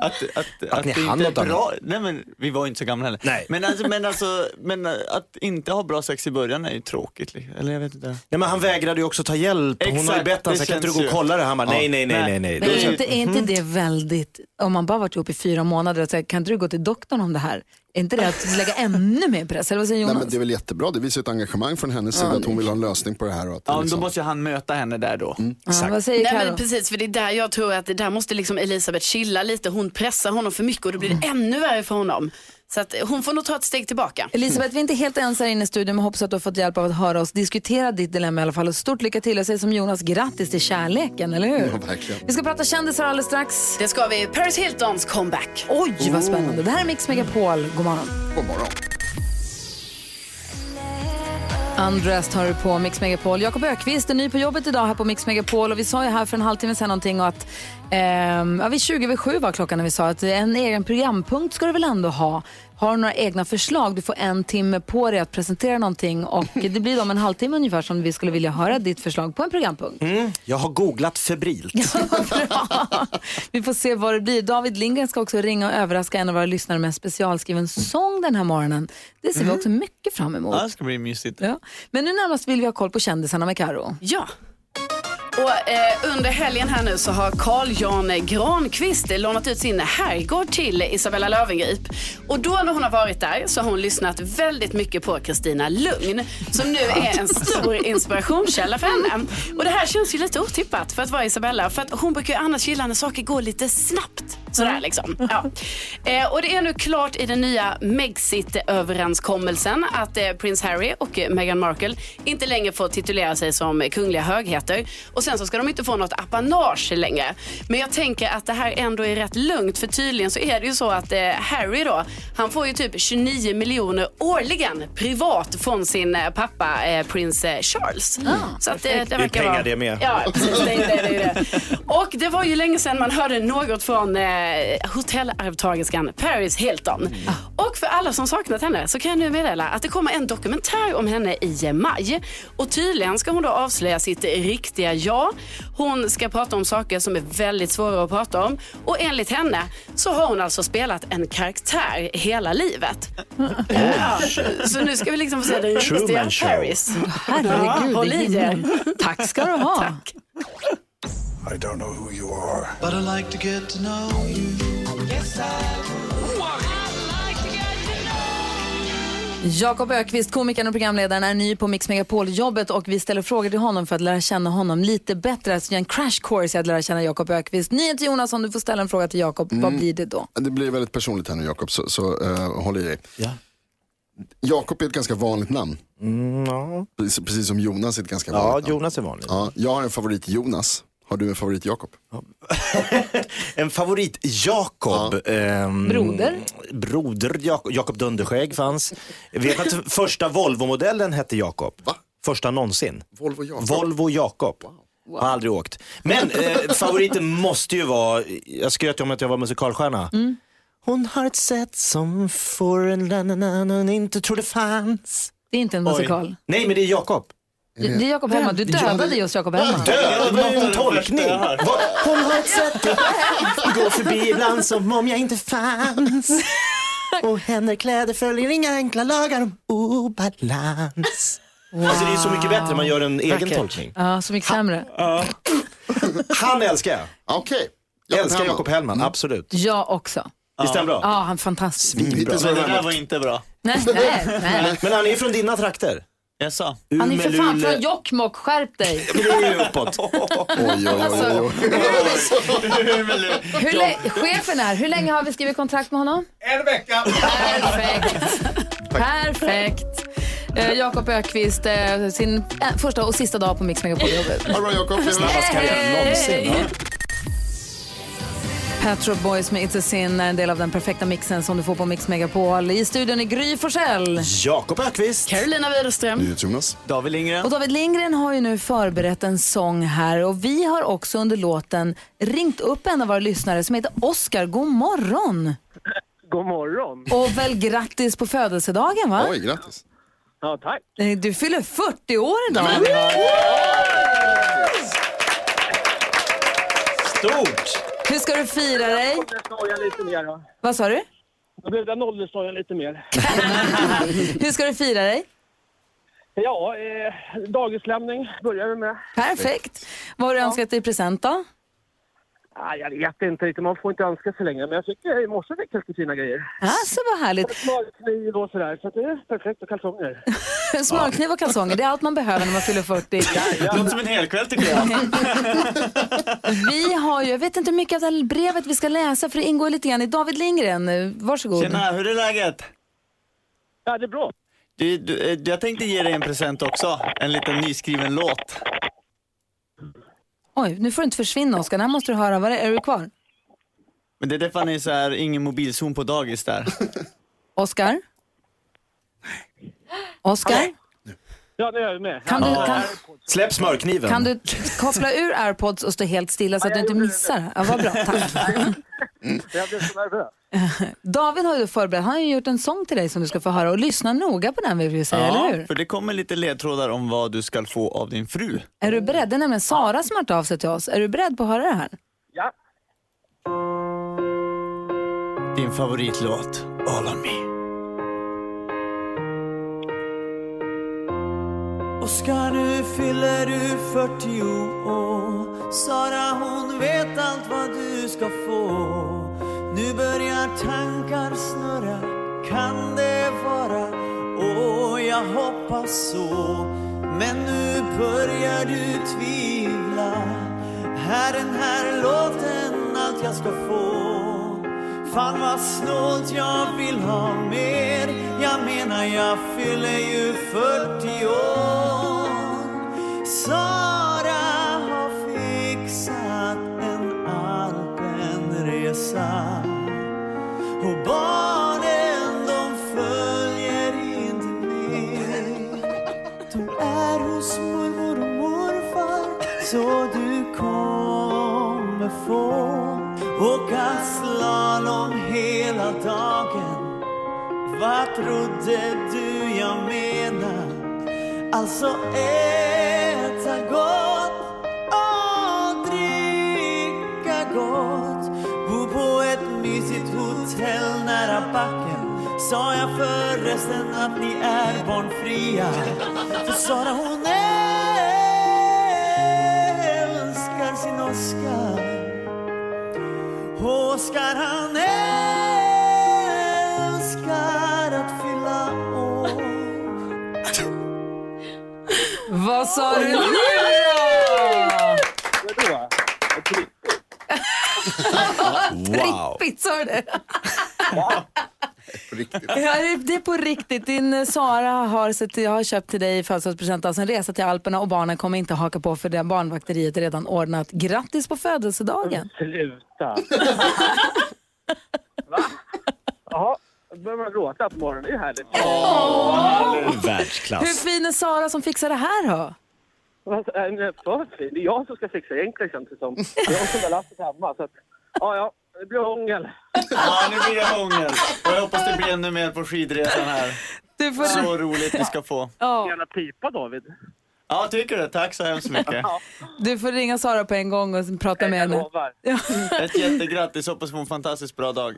Speaker 13: att, att, att,
Speaker 8: ni
Speaker 13: det
Speaker 8: hann
Speaker 13: inte
Speaker 8: något
Speaker 13: är bra.
Speaker 8: annat.
Speaker 13: Nej men vi var ju inte så gamla heller.
Speaker 8: Nej.
Speaker 13: Men, alltså, men, alltså, men eh, att inte ha bra sex i början är ju tråkigt. liksom. Eller jag vet inte.
Speaker 8: Nej men han vägrade ju också ta hjälp. Hon har ju
Speaker 13: Exakt,
Speaker 8: bett
Speaker 13: det
Speaker 8: honom, så här, kan inte du
Speaker 13: känns
Speaker 8: gå och
Speaker 13: ju-
Speaker 8: kolla det? Han bara,
Speaker 13: Ja.
Speaker 8: nej, nej, nej, nej,
Speaker 13: Nej.
Speaker 8: nej.
Speaker 2: Men
Speaker 8: Det-
Speaker 2: är inte, är inte
Speaker 5: Mhm.
Speaker 2: det väldigt, om man bara varit ihop i fyra månader, och säger, kan inte du gå till doktorn om det här? Är inte det att lägga ännu mer press? Eller vad säger
Speaker 5: Nej,
Speaker 2: Jonas?
Speaker 5: men det är väl jättebra, det visar ett engagemang från hennes
Speaker 2: Ja,
Speaker 5: sida att
Speaker 2: det-
Speaker 5: hon vill ha en lösning på det här. Och att det
Speaker 13: Ja, men
Speaker 5: liksom... Mm.
Speaker 13: då måste ju han möta henne där då.
Speaker 3: Nej, men precis, för det är där jag tror att det där måste liksom Elisabeth chilla lite. Hon pressar honom för mycket och då blir
Speaker 2: Mm.
Speaker 3: det ännu värre för honom. Så att hon får nog ta ett steg tillbaka.
Speaker 2: Elisabeth, vi är inte helt ens här inne i studion, men hoppas att du har fått hjälp av att höra oss diskutera ditt dilemma i alla fall. Och stort lycka till. Jag säger som Jonas, grattis till kärleken, eller hur? Vi ska prata kändisar alldeles strax.
Speaker 3: Det ska vi. Paris Hiltons comeback.
Speaker 2: Oj, vad spännande. Det här är Mix Megapol. God morgon.
Speaker 5: Oh. God morgon.
Speaker 2: Undressed har du på Mix Megapol. Jakob Ökvist är ny på jobbet idag här på Mix Megapol och vi sa ju här för en halvtimme sedan någonting och att ehm, ja, vid 20 över 7 var klockan när vi sa att en egen programpunkt ska du väl ändå ha. Har du några egna förslag? Du får en timme på dig att presentera någonting och det blir om en halvtimme ungefär som vi skulle vilja höra ditt förslag på en programpunkt.
Speaker 8: Mm, jag har googlat febrilt.
Speaker 2: Vi får se vad det blir. David Lindgren ska också ringa och överraska en av våra lyssnare med en specialskriven sång den här morgonen. Det ser vi
Speaker 8: Mhm.
Speaker 13: Mm.
Speaker 2: också mycket fram emot.
Speaker 13: Ja, det ska bli mysigt.
Speaker 2: Ja. Men nu närmast vill vi ha koll på kändisarna med Karo.
Speaker 3: Ja. Och eh, under helgen här nu så har Carl Jan Granqvist lånat ut sin herrgård till Isabella Löwengrip. Och då när hon har varit där så har hon lyssnat väldigt mycket på Kristina Lugn som nu är en stor inspirationskälla för henne. Och det här känns ju lite otippat för att vara Isabella för att hon brukar ju annars gilla när saker går lite snabbt. Sådär liksom. Ja. Eh, och det är nu klart i den nya Megxit-överenskommelsen att eh, prins Harry och eh, Meghan Markle inte längre får titulera sig som eh, kungliga högheter. Och sen så ska de inte få något apanage längre. Men jag tänker att det här ändå är rätt lugnt för tydligen så är det ju så att eh, Harry då, han får ju typ 29 miljoner årligen privat från sin eh, pappa eh, prins eh, Charles. så att, eh,
Speaker 8: Det är pengar det med.
Speaker 3: Ja, precis. Det är det, det är det. Och det var ju länge sedan man hörde något från eh, hotellarvtagerskan Paris Hilton.
Speaker 8: Mm.
Speaker 3: Och för alla som saknat henne så kan jag nu meddela att det kommer en dokumentär om henne i eh, maj. Och tydligen ska hon då avslöja sitt riktiga jag. Hon ska prata om saker som är väldigt svåra att prata om. Och enligt henne så har hon alltså spelat en karaktär hela livet. Ja, så nu ska vi liksom få se den
Speaker 2: Truman
Speaker 3: riktiga
Speaker 2: Show.
Speaker 3: Paris.
Speaker 2: Herregud,
Speaker 3: Ja, håll
Speaker 2: det
Speaker 3: i er.
Speaker 2: gillar- Tack ska du ha.
Speaker 10: I don't know who you are. But I'd like to get to know you. Yes, I would.
Speaker 2: Jakob Ökvist, komikern och programledaren, är ny på Mix Megapol-jobbet och vi ställer frågor till honom för att lära känna honom lite bättre. Alltså en crash course i att lära känna Jakob Ökvist. Ni heter Jonas, om du får ställa en fråga till Jakob, vad
Speaker 5: Mm.
Speaker 2: blir det då?
Speaker 5: Det blir väldigt personligt här nu Jakob, så, så eh, håll i dig. Jakob är ett ganska vanligt namn.
Speaker 8: Mm,
Speaker 5: Precis, precis som Jonas är ett ganska vanligt namn. Ja,
Speaker 8: Jonas är vanligt.
Speaker 5: Ja, jag har en favorit Jonas. Har du en favorit Jakob?
Speaker 8: En favorit, Jakob. ehm,
Speaker 5: Broder?
Speaker 8: Broder, Jakob, Jakob Dunderskägg fanns. Vet att första Volvo-modellen hette Jakob. Första någonsin.
Speaker 5: Volvo Jakob.
Speaker 8: Volvo Jakob. Har aldrig åkt. Men eh, favoriten måste ju vara, jag skröt ju om att jag var musikalstjärna.
Speaker 2: Mm,
Speaker 8: Hon har ett sätt som får en lananan hon inte trodde fanns.
Speaker 2: Det är inte en
Speaker 8: Oj.
Speaker 2: musikal.
Speaker 8: Nej, men det är Jakob.
Speaker 2: Det det är Jakob Hellman. Du dövade just Jakob Hellman.
Speaker 8: Död? Vad är en tolkning? Vad- Hon har ett sätt att gå förbi ibland som om jag inte fanns. Och händer kläder följer inga enkla lagar om obalans. Alltså det är så mycket bättre när man gör en egen
Speaker 2: Vackert.
Speaker 8: tolkning.
Speaker 2: Ja, så mycket sämre.
Speaker 8: Han älskar jag.
Speaker 5: Okej.
Speaker 8: Jag älskar Jakob Hellman, absolut.
Speaker 2: Jag också.
Speaker 8: Visst är han bra?
Speaker 2: Ja, han är fantastisk.
Speaker 8: Svinbra.
Speaker 13: Men det där var inte bra.
Speaker 2: Nej, nej, nej.
Speaker 8: Men han är från dina trakter.
Speaker 13: Jaså?
Speaker 2: Han är för fan från Jokkmokk, skärp dig. Alltså,
Speaker 13: uppåt.
Speaker 5: Oj, oj, oj, oj.
Speaker 2: Hur lä- chefen är, hur länge har vi skrivit kontrakt med honom?
Speaker 10: En vecka.
Speaker 2: Perfekt. Eh, Jakob Ökvist eh, sin eh, första och sista dag på Mix Megapol-jobbet.
Speaker 5: Ha det bra Jakob.
Speaker 10: Snabbaste karriären någonsin.
Speaker 2: Hej. Pet Shop Boys med It's a Sin är en del av den perfekta mixen som du får på Mix Megapol. I studion är Gry Forssell.
Speaker 6: Jakob Ökvist.
Speaker 14: Carolina Widerström.
Speaker 5: Jonas.
Speaker 13: David Lindgren.
Speaker 2: Och David Lindgren har ju nu förberett en sång här och vi har också under låten ringt upp en av våra lyssnare som heter Oskar. God morgon!
Speaker 15: God morgon.
Speaker 2: Och väl grattis på födelsedagen va?
Speaker 5: Oj, grattis.
Speaker 15: Ja, tack.
Speaker 2: Eh, Du fyller 40 år idag.
Speaker 6: Stort!
Speaker 2: Hur ska du fira dig?
Speaker 15: Åldersnojan lite mer då.
Speaker 2: Vad sa du?
Speaker 15: Då blev den åldersnojan lite mer.
Speaker 2: Hur ska du fira dig?
Speaker 15: Ja, eh, dagislämning börjar vi med.
Speaker 2: Perfekt. Vad har du önskat dig i present då?
Speaker 15: Ah, jag vet inte riktigt, man får inte önska sig längre. Men jag fick, eh, i morse fick jag lite fina grejer.
Speaker 2: Alltså vad härligt.
Speaker 15: Smörkniv och sådär. Så att det är perfekt och kalsonger.
Speaker 2: Smörkniv och kalsonger, det är allt man behöver när man fyller 40.
Speaker 13: Låter som en helkväll tycker jag.
Speaker 2: Vi har ju, jag vet inte hur mycket av det här brevet vi ska läsa för det ingår lite grann i David Lindgren. Eh, Varsågod.
Speaker 13: Tjena, hur är läget?
Speaker 15: Ja, det är bra.
Speaker 13: Du, du, eh, jag tänkte ge dig en present också. En liten nyskriven låt.
Speaker 2: Oj, nu får du inte försvinna Oskar, det här måste du höra. Var är, är du kvar?
Speaker 13: Men det är därför han är så här, ingen mobilzon på dagis där.
Speaker 2: Oskar? Oskar?
Speaker 15: Ja, nu är vi med.
Speaker 2: Kan du- kan-
Speaker 6: Släpp smörkniven.
Speaker 2: Kan du t- koppla ur airpods och stå helt stilla så att du inte missar? Ja, vad bra, tack.
Speaker 15: Jag blev så nervös.
Speaker 2: David har ju förberett, han har ju gjort en sång till dig som du ska få höra och lyssna noga på den vill vi säga, eller hur?
Speaker 13: för det kommer lite ledtrådar om vad du ska få av din fru.
Speaker 2: Är du beredd? Det är nämligen Sara som har hört av sig till oss. Är du beredd på att höra det här?
Speaker 15: Ja.
Speaker 13: Din favoritlåt, All on me.
Speaker 10: Oskar nu fyller du 40 år Sara hon vet allt vad du ska få Nu börjar tankar snurra Kan det vara? Åh, jag hoppas så Men nu börjar du tvivla Är den här låten allt jag ska få? Fan vad snålt jag vill ha mer Jag menar jag fyller ju 40 år Sara har fixat en alpenresa Och barnen de följer inte med De är hos mormor och morfar Så du kommer få Åka slalom hela dagen Vad trodde du jag menar? Alltså äta gott och dricka gott Bo på ett mysigt hotell nära backen Sa jag förresten att ni är barnfria? För Sara hon älskar sin Oscar Oskar han älskar att fylla år
Speaker 2: Vad sa du nu då?
Speaker 15: Vadå?
Speaker 10: Wow.
Speaker 2: Trippigt, sa du det? Ja, det- det är på riktigt. Din eh, Sara har, sett, jag har köpt till dig i födelsedagspresent alltså en resa till Alperna och barnen kommer inte haka på för det här barnvakteriet är redan ordnat. Grattis på födelsedagen!
Speaker 15: Sluta. Va? Jaha, då börjar man gråta på morgonen. Det är ju härligt.
Speaker 2: Hur fin är Sara som fixar det här då?
Speaker 15: Vad sa- äh, nej, För fin? Det är jag som ska fixa egentligen känns det som. Det är jag som har lasset hemma. Så att, ja, ja, det blir ångel.
Speaker 13: Ja, nu blir det ångel. Och jag hoppas det blir ännu mer på skidresan här.
Speaker 2: Du får-
Speaker 13: Så roligt ni ska få.
Speaker 2: Ja.
Speaker 15: Gärna pipa David.
Speaker 13: Ja, tycker du? Tack så hemskt mycket.
Speaker 2: Du får ringa Sara på en gång och prata med henne. Ja.
Speaker 13: Ett jättegrattis, hoppas du får en fantastiskt bra dag.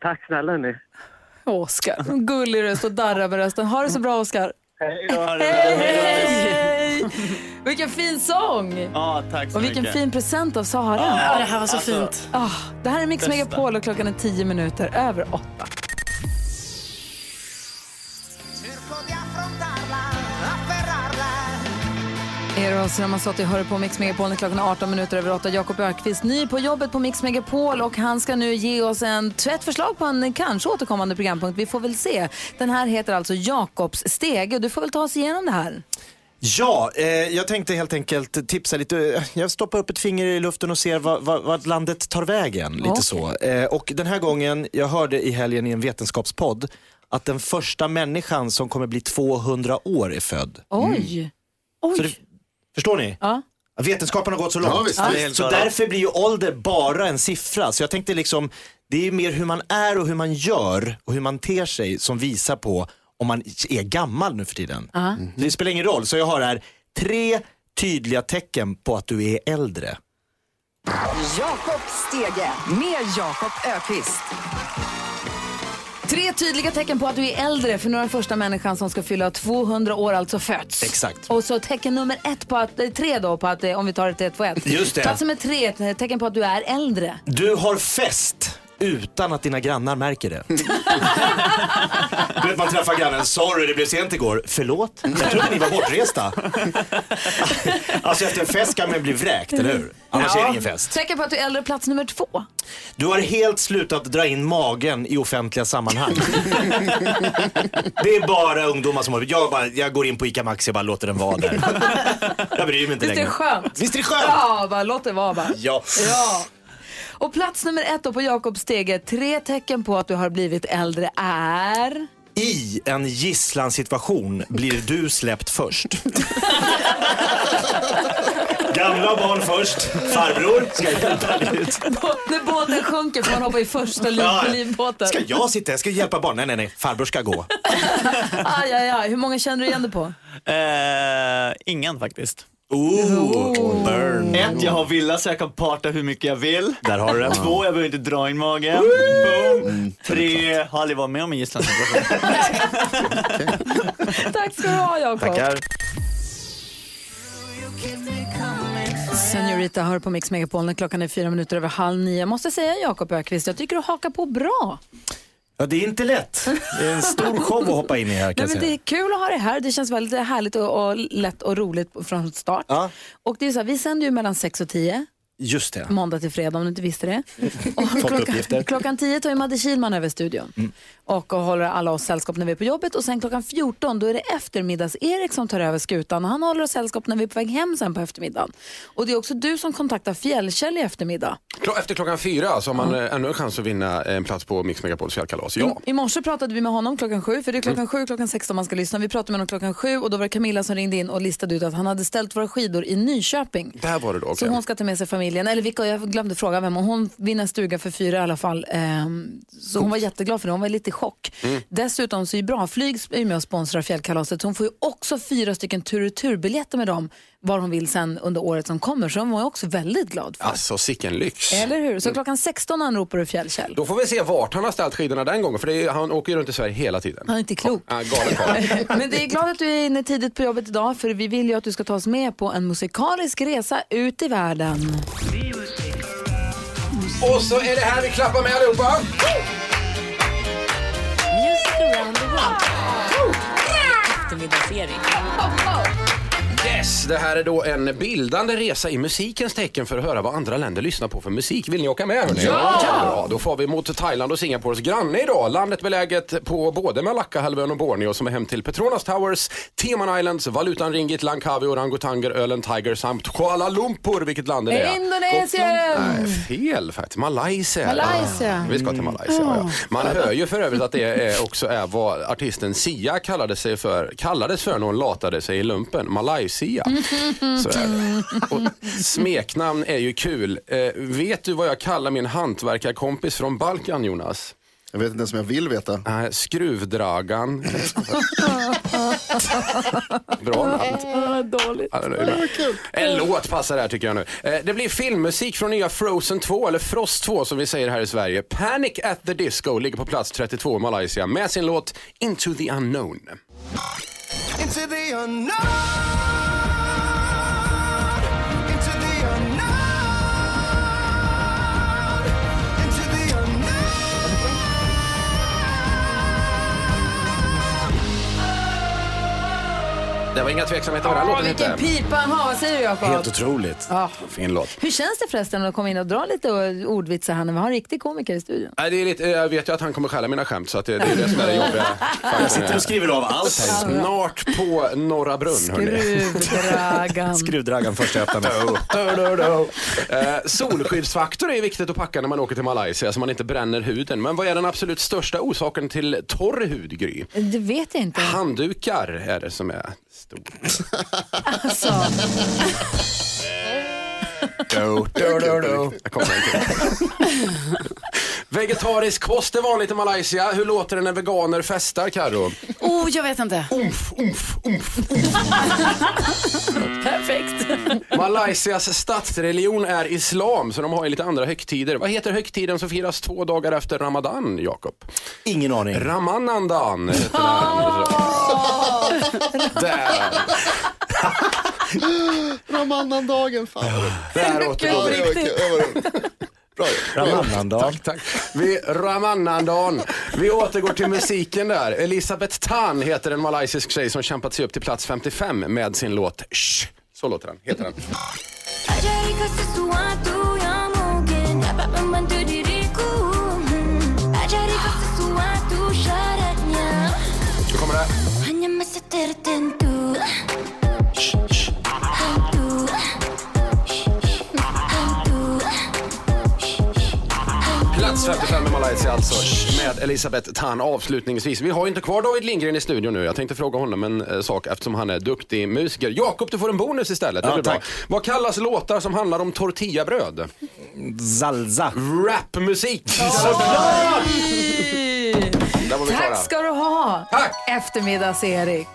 Speaker 15: Tack snälla ni.
Speaker 2: Oskar, gullig röst och darrar med rösten. Ha det så bra Oskar!
Speaker 15: Hej då.
Speaker 2: Hej! Vilken fin sång!
Speaker 13: Ja, tack så
Speaker 2: Och vilken
Speaker 13: mycket.
Speaker 2: fin present av Sara.
Speaker 13: Ja, det här var så Alltså. fint.
Speaker 2: Ah, det här är Mix
Speaker 13: Bästa.
Speaker 2: Megapol och klockan är tio minuter över åtta.
Speaker 10: Cerco di affrontarla
Speaker 2: ner oss. alltså När man satt och hörde på Mix Megapol när klockan är 18 minuter över 8. Jakob Ökvist, ny på jobbet på Mix Megapol och han ska nu ge oss en, ett förslag på en kanske återkommande programpunkt. Vi får väl se. Den här heter alltså Jakobs stege. Du får väl ta oss igenom det här.
Speaker 8: Ja, eh, jag tänkte helt enkelt tipsa lite. Jag stoppar upp ett finger i luften och ser vad, vad, vad landet tar vägen. Lite
Speaker 16: Okej.
Speaker 8: så. Eh, och den här gången, jag hörde i helgen i en vetenskapspodd att den första människan som kommer bli 200 år är född.
Speaker 2: Oj!
Speaker 8: Så det, förstår ni?
Speaker 2: Ja.
Speaker 8: Vetenskapen har gått så
Speaker 17: Ja,
Speaker 8: långt.
Speaker 17: visst, Ja. visst.
Speaker 8: Så därför blir ju ålder bara en siffra. Så jag tänkte liksom, det är mer hur man är och hur man gör och hur man ter sig som visar på om man är gammal nu för tiden.
Speaker 2: Ja.
Speaker 8: Det spelar ingen roll, så jag har här tre tydliga tecken på att du är äldre.
Speaker 6: Jakob Stege med Jakob Ökvist.
Speaker 2: Tre tydliga tecken på att du är äldre för nu är den första människan som ska fylla 200 år alltså fötts.
Speaker 8: Exakt.
Speaker 2: Och så tecken nummer ett på att, eh, tre då på att, eh, om vi tar det ett på ett.
Speaker 8: Just det.
Speaker 2: Plats nummer tre, eh, tecken på att du är äldre.
Speaker 8: Du har fest utan att dina grannar märker det. du vet, man träffar grannen. Sorry, det blev sent igår. Förlåt? Jag trodde ni var bortresta. alltså efter en fest kan man bli vräkt, eller hur? Annars är det ingen fest.
Speaker 2: Tecken på att du är äldre, plats nummer två.
Speaker 8: Du har helt slutat dra in magen i offentliga sammanhang. det är bara ungdomar som har... Jag, bara, jag går in på ICA Maxi och bara låter den vara där. Jag bryr mig inte
Speaker 2: Visst är
Speaker 8: längre.
Speaker 2: det skönt?
Speaker 8: Visst är det skönt?
Speaker 2: Ja, bara låt det vara bara.
Speaker 8: Ja.
Speaker 2: Ja. Och plats nummer ett då på Jakobs stege, tre tecken på att du har blivit äldre är...
Speaker 8: I en gisslansituation blir du släppt först. Gamla barn först, farbror ska hjälpa dig ut.
Speaker 2: När båten sjunker får man hoppa i första liv
Speaker 8: Ja.
Speaker 2: livbåten.
Speaker 8: Ska jag sitta Jag ska hjälpa barn. Nej, nej, nej. Farbror ska gå.
Speaker 2: Aj, aj, aj. Hur många känner du igen dig på?
Speaker 13: Eh, ingen faktiskt.
Speaker 8: Ooh, burn.
Speaker 13: Ett, jag har villa så jag kan parta hur mycket jag vill.
Speaker 8: Där har du Mm, det.
Speaker 13: Två, jag behöver inte dra in magen. Boom. Tre, har aldrig varit med om en gisslansituation.
Speaker 2: Tack ska du ha, Jakob.
Speaker 13: Tackar.
Speaker 2: Senorita hör på Mix Megapol när klockan är fyra minuter över halv nio. Jag måste säga Jakob Ökvist, jag tycker du hakar på bra.
Speaker 8: Ja, det är inte lätt. Det är en stor show att hoppa in i här kan
Speaker 2: Nej,
Speaker 8: jag
Speaker 2: men det är
Speaker 8: säga.
Speaker 2: kul att ha dig här. Det känns väldigt härligt och, och lätt och roligt från start.
Speaker 8: Ja.
Speaker 2: Och det är så här, vi sänder ju mellan sex och tio.
Speaker 8: Just det.
Speaker 2: Måndag till fredag om du inte visste det.
Speaker 8: Fått uppgifter.
Speaker 2: Klockan,
Speaker 8: Mm.
Speaker 2: klockan 10 tar ju Madde Kihlman över studion och, och håller alla oss sällskap när vi är på jobbet. Och sen klockan 14 då är det eftermiddags-Erik som tar över skutan och han håller oss sällskap när vi är på väg hem sen på eftermiddagen. Och det är också du som kontaktar Fjällkäll i eftermiddag.
Speaker 18: Klo- Efter klockan fyra så har man eh, ännu en chans att vinna en plats på Mix Megapols fjällkalas. Ja.
Speaker 2: Mm. I morse pratade vi med honom klockan sju, för det är klockan
Speaker 8: Mm.
Speaker 2: sju, klockan 16 man ska lyssna. Vi pratade med honom klockan sju och då var det Camilla som ringde in och listade ut att han hade ställt våra skidor i Nyköping.
Speaker 18: Där var det då.
Speaker 2: Så
Speaker 18: Okay.
Speaker 2: hon ska ta med sig familjen, eller vilka, jag glömde fråga vem, och hon vinner stuga för fyra i alla fall. Ehm, Så hon var jätteglad för det, hon var lite i chock.
Speaker 18: Mm.
Speaker 2: Dessutom så är ju bra flyg är ju med och sponsrar fjällkalaset, så hon får ju också fyra stycken tur-retur-biljetter med dem, var hon vill sen under året som kommer. Så hon var ju också väldigt glad. För.
Speaker 18: Alltså sicken lyx.
Speaker 2: Eller hur? Så klockan 16 anropar du Fjällkäll.
Speaker 18: Då får vi se vart han har ställt skidorna den gången för det är, han åker ju runt i Sverige hela tiden.
Speaker 2: Han är inte klok.
Speaker 18: Ja, galen karl.
Speaker 2: Men det är glad att du är inne tidigt på jobbet idag, för vi vill ju att du ska ta oss med på en musikalisk resa ut i världen.
Speaker 18: Och så är det här vi klappar med allihopa.
Speaker 19: Music around the world. Eftermiddags-Erik.
Speaker 18: Yes, det här är då en bildande resa i musikens tecken för att höra vad andra länder lyssnar på för musik. Vill ni åka med? Hörni?
Speaker 19: Ja!
Speaker 18: Bra, då får vi mot Thailand och Singapores granne idag. Landet beläget på både Malaccahalvön och Borneo som är hem till Petronas Towers, Timor Islands, valutan ringgit, Langkawi, orangutanger, ölen Tiger samt Kuala Lumpur, vilket land det är.
Speaker 2: Indonesien!
Speaker 18: Nej, fel faktiskt. Malaysia.
Speaker 2: Malaysia.
Speaker 18: Vi ska till Malaysia. Ja. Ja. Man hör ju för övrigt att det är också är vad artisten Sia kallade sig för, kallades för när hon latade sig i lumpen. Malaysia. Så är det. Och smeknamn är ju kul. Eh, vet du vad jag kallar min hantverkarkompis från Balkan, Jonas?
Speaker 17: Jag vet inte ens om jag vill veta.
Speaker 18: Nej, skruvdragan. Bra namn.
Speaker 2: Dåligt.
Speaker 18: Ja, det är bra. En låt passar här tycker jag nu. Eh, Det blir filmmusik från nya Frozen 2, eller Frost 2 som vi säger här i Sverige. Panic at the Disco ligger på plats 32 i Malaysia med sin låt Into the Unknown.
Speaker 19: Into the unknown. Into the unknown. Into the unknown.
Speaker 18: det var inga tveksamheter vad den
Speaker 2: Åh,
Speaker 18: låten
Speaker 2: vilken
Speaker 18: hette.
Speaker 2: pipa han har. Vad säger du, Jakob?
Speaker 18: Helt otroligt.
Speaker 2: Ja.
Speaker 18: Fin låt.
Speaker 2: Hur känns det förresten att komma in och dra lite ordvitsar här när vi har en riktig komiker i studion?
Speaker 18: Nej, det är lite, jag vet ju att han kommer stjäla mina skämt så att det, det är det som är det jobbiga.
Speaker 8: Jag sitter och skriver av allt här.
Speaker 18: Snart på Norra Brunn. hörni.
Speaker 2: Skruvdragan.
Speaker 8: Skruvdragan först jag öppnar med.
Speaker 18: Eh, solskyddsfaktor är viktigt att packa när man åker till Malaysia så man inte bränner huden. Men vad är den absolut största orsaken till torr hud, Gry?
Speaker 2: Det vet jag inte.
Speaker 18: Handdukar är det som är stort.
Speaker 2: Alltså.
Speaker 18: Do, do, do, do. Jag kommer inte. Vegetarisk kost är vanligt i Malaysia. Hur låter det när veganer festar, Karo?
Speaker 3: Oh, jag vet inte.
Speaker 18: Umf, umf, umf,
Speaker 3: Perfekt.
Speaker 18: Malaysias statsreligion är islam, så de har ju lite andra högtider. Vad heter högtiden som firas två dagar efter ramadan, Jakob?
Speaker 8: Ingen aning.
Speaker 18: Ramanandan heter den. Där.
Speaker 5: Ramannandagen, fan.
Speaker 18: Där åt du
Speaker 5: Ja, det var kul, det var roligt.
Speaker 8: Ramannandan.
Speaker 18: Tack, tack. Vi, Ramannandan. Vi återgår till musiken där. Elisabeth Tan heter en malaysisk tjej som kämpat sig upp till plats 55 med sin låt Shh. Så låter den, heter den.
Speaker 6: Ajari ke sesuatu yang mungkin dapat membantu diriku hmm. Ajari ke sesuatu syaratnya
Speaker 18: Nu kommer det.
Speaker 6: Hanya masa tertentu Tentu
Speaker 18: Plats 55 i Malaysia alltså, med Elisabeth Tan avslutningsvis. Vi har ju inte kvar David Lindgren i studion nu. Jag tänkte fråga honom en eh, sak eftersom han är duktig musiker. Jakob, du får en bonus istället. Det
Speaker 8: Ja,
Speaker 18: blir bra.
Speaker 8: tack.
Speaker 18: Vad kallas låtar som handlar om tortillabröd?
Speaker 8: Zalza.
Speaker 18: Rapmusik! Där var vi klara.
Speaker 2: Tack ska du ha,
Speaker 18: Tack.
Speaker 2: eftermiddags-Erik.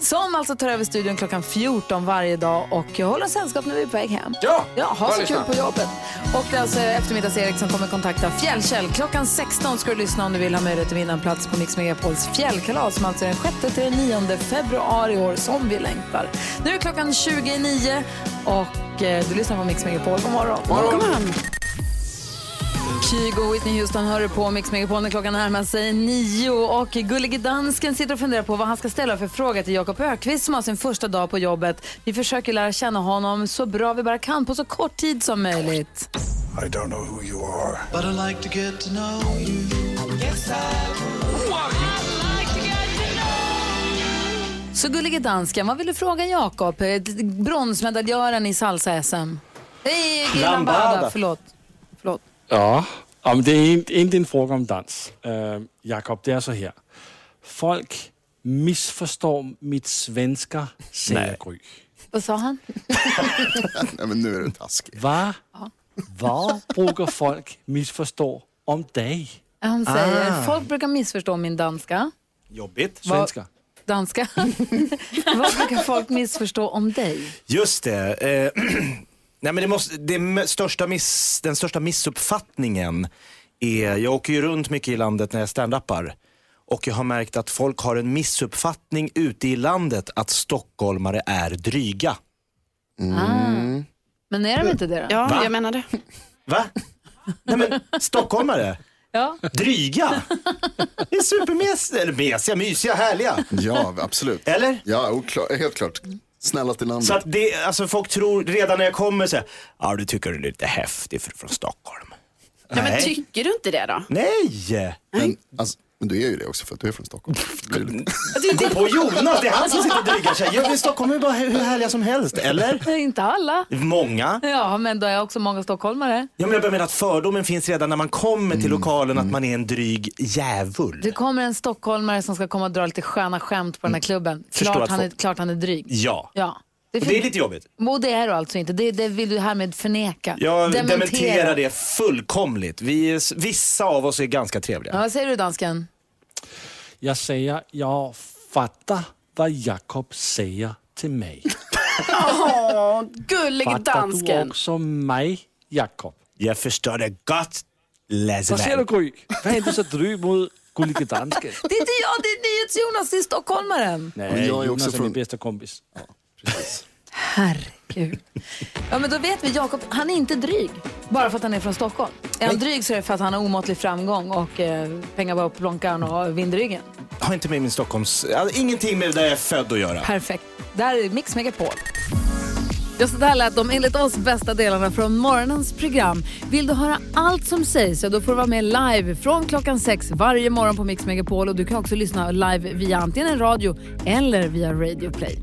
Speaker 2: Som alltså tar över studion klockan 14 varje dag och jag håller sällskap när vi är på väg hem.
Speaker 18: Ja,
Speaker 2: ja ha
Speaker 6: bra
Speaker 2: så kul
Speaker 6: lyssnat.
Speaker 2: på jobbet. Och det är alltså eftermiddags-Erik som kommer kontakta Fjällkäll. Klockan 16 ska du lyssna om du vill ha möjlighet att vinna en plats på Mix Megapols fjällkalas som alltså är den 6 till den 9 februari i år som vi längtar. Nu är klockan 29 och eh, du lyssnar på Mix Megapol. God morgon. God morgon. Kygo och Whitney Houston hör du på Mix Megapol när klockan närmar sig nio. Och gullige dansken sitter och funderar på vad han ska ställa för fråga till Jakob Ökvist som har sin första dag på jobbet. Vi försöker lära känna honom så bra vi bara kan på så kort tid som möjligt.
Speaker 6: I don't know who you are
Speaker 1: But I like to get to know you. Yes, I would.
Speaker 2: Så gullige dansken, vad vill du fråga Jakob? Eh, Bronsmedaljören i salsa-SM. Nej, i Lambada,
Speaker 9: Lambada.
Speaker 2: förlåt. förlåt.
Speaker 9: Ja, om det är en- inte en fråga om dans. Uh, Jakob, det är så här. Folk missförstår mitt svenska, säger Gry.
Speaker 2: Vad sa han?
Speaker 5: Nej, men nu är du taskig.
Speaker 9: Vad vad brukar folk missförstå om dig?
Speaker 2: Han säger,
Speaker 9: Ah.
Speaker 2: folk brukar missförstå min danska.
Speaker 8: Jobbigt.
Speaker 9: Svenska.
Speaker 2: Danska. vad brukar folk missförstå om dig?
Speaker 8: Just det. Eh, nej, men det måste, det m- största miss, den största missuppfattningen är, jag åker ju runt mycket i landet när jag standupar och jag har märkt att folk har en missuppfattning ute i landet att stockholmare är dryga.
Speaker 2: Men är de inte det då?
Speaker 8: Va?
Speaker 3: jag menar det.
Speaker 8: Va? Nej men stockholmare?
Speaker 2: Ja.
Speaker 8: Dryga? Det är supermesiga, eller mesiga, mysiga, härliga.
Speaker 5: Ja, absolut.
Speaker 8: Eller?
Speaker 5: Ja, oklar, helt klart. Snälla till landet.
Speaker 8: Så att det, alltså folk tror redan när jag kommer så här, ja du tycker du är lite häftig för, från Stockholm.
Speaker 3: Ja, men tycker du inte det då?
Speaker 8: Nej!
Speaker 5: Men, alltså, men du är ju det också för att du är från Stockholm. Det är ju lite-
Speaker 8: Gå på Jonas, det är han som sitter och drygar sig. Ja, men Stockholm är bara hur hur härliga som helst, eller?
Speaker 2: Nej, inte alla.
Speaker 8: Många.
Speaker 2: Ja, men då är jag också många stockholmare.
Speaker 8: Ja, men jag bara menar att fördomen finns redan när man kommer
Speaker 5: Mm.
Speaker 8: till lokalen att man är en dryg djävul.
Speaker 2: Det kommer en stockholmare som ska komma och dra lite sköna skämt på den här klubben.
Speaker 8: Mm. Förstår
Speaker 2: Klart
Speaker 8: att
Speaker 2: han, är,
Speaker 8: folk-
Speaker 2: klart han är dryg.
Speaker 8: Ja.
Speaker 2: Ja.
Speaker 8: Och det är lite jobbigt.
Speaker 2: Och det är du alltså inte. Det, det vill du härmed förneka.
Speaker 8: Jag dementerar det fullkomligt. Vi, är- vissa av oss är ganska trevliga.
Speaker 2: Ja, vad säger du dansken?
Speaker 9: Jag säger, jag fattar vad Jakob säger till mig.
Speaker 3: Åh, gullig
Speaker 9: Fattar du
Speaker 3: dansken.
Speaker 9: också mig, Jakob?
Speaker 8: Jag förstår det gott,
Speaker 9: Vad säger du, Gry? Vad är du så dryg mot gullige dansken?
Speaker 2: Det är inte jag, det är NyhetsJonas, det är stockholmaren.
Speaker 9: Nej,
Speaker 5: jag är
Speaker 9: Jonas
Speaker 5: också
Speaker 9: är
Speaker 5: från-
Speaker 9: min bästa kompis.
Speaker 2: Herregud. Ja, men då vet vi, Jakob, han är inte dryg bara för att han är från Stockholm. Är han dryg så är det för att han har omåttlig framgång och eh, pengar bara på plånkan och vind i ryggen.
Speaker 8: Har inte med min Stockholms... Alltså, ingenting med det där jag är född att göra.
Speaker 2: Perfekt.
Speaker 20: Det här är Mix Megapol.
Speaker 2: Ja, så där lät de enligt oss bästa delarna från morgonens program. Vill du höra allt som sägs så då får du vara med live från klockan sex varje morgon på Mix Megapol och du kan också lyssna live via antingen radio eller via Radio Play.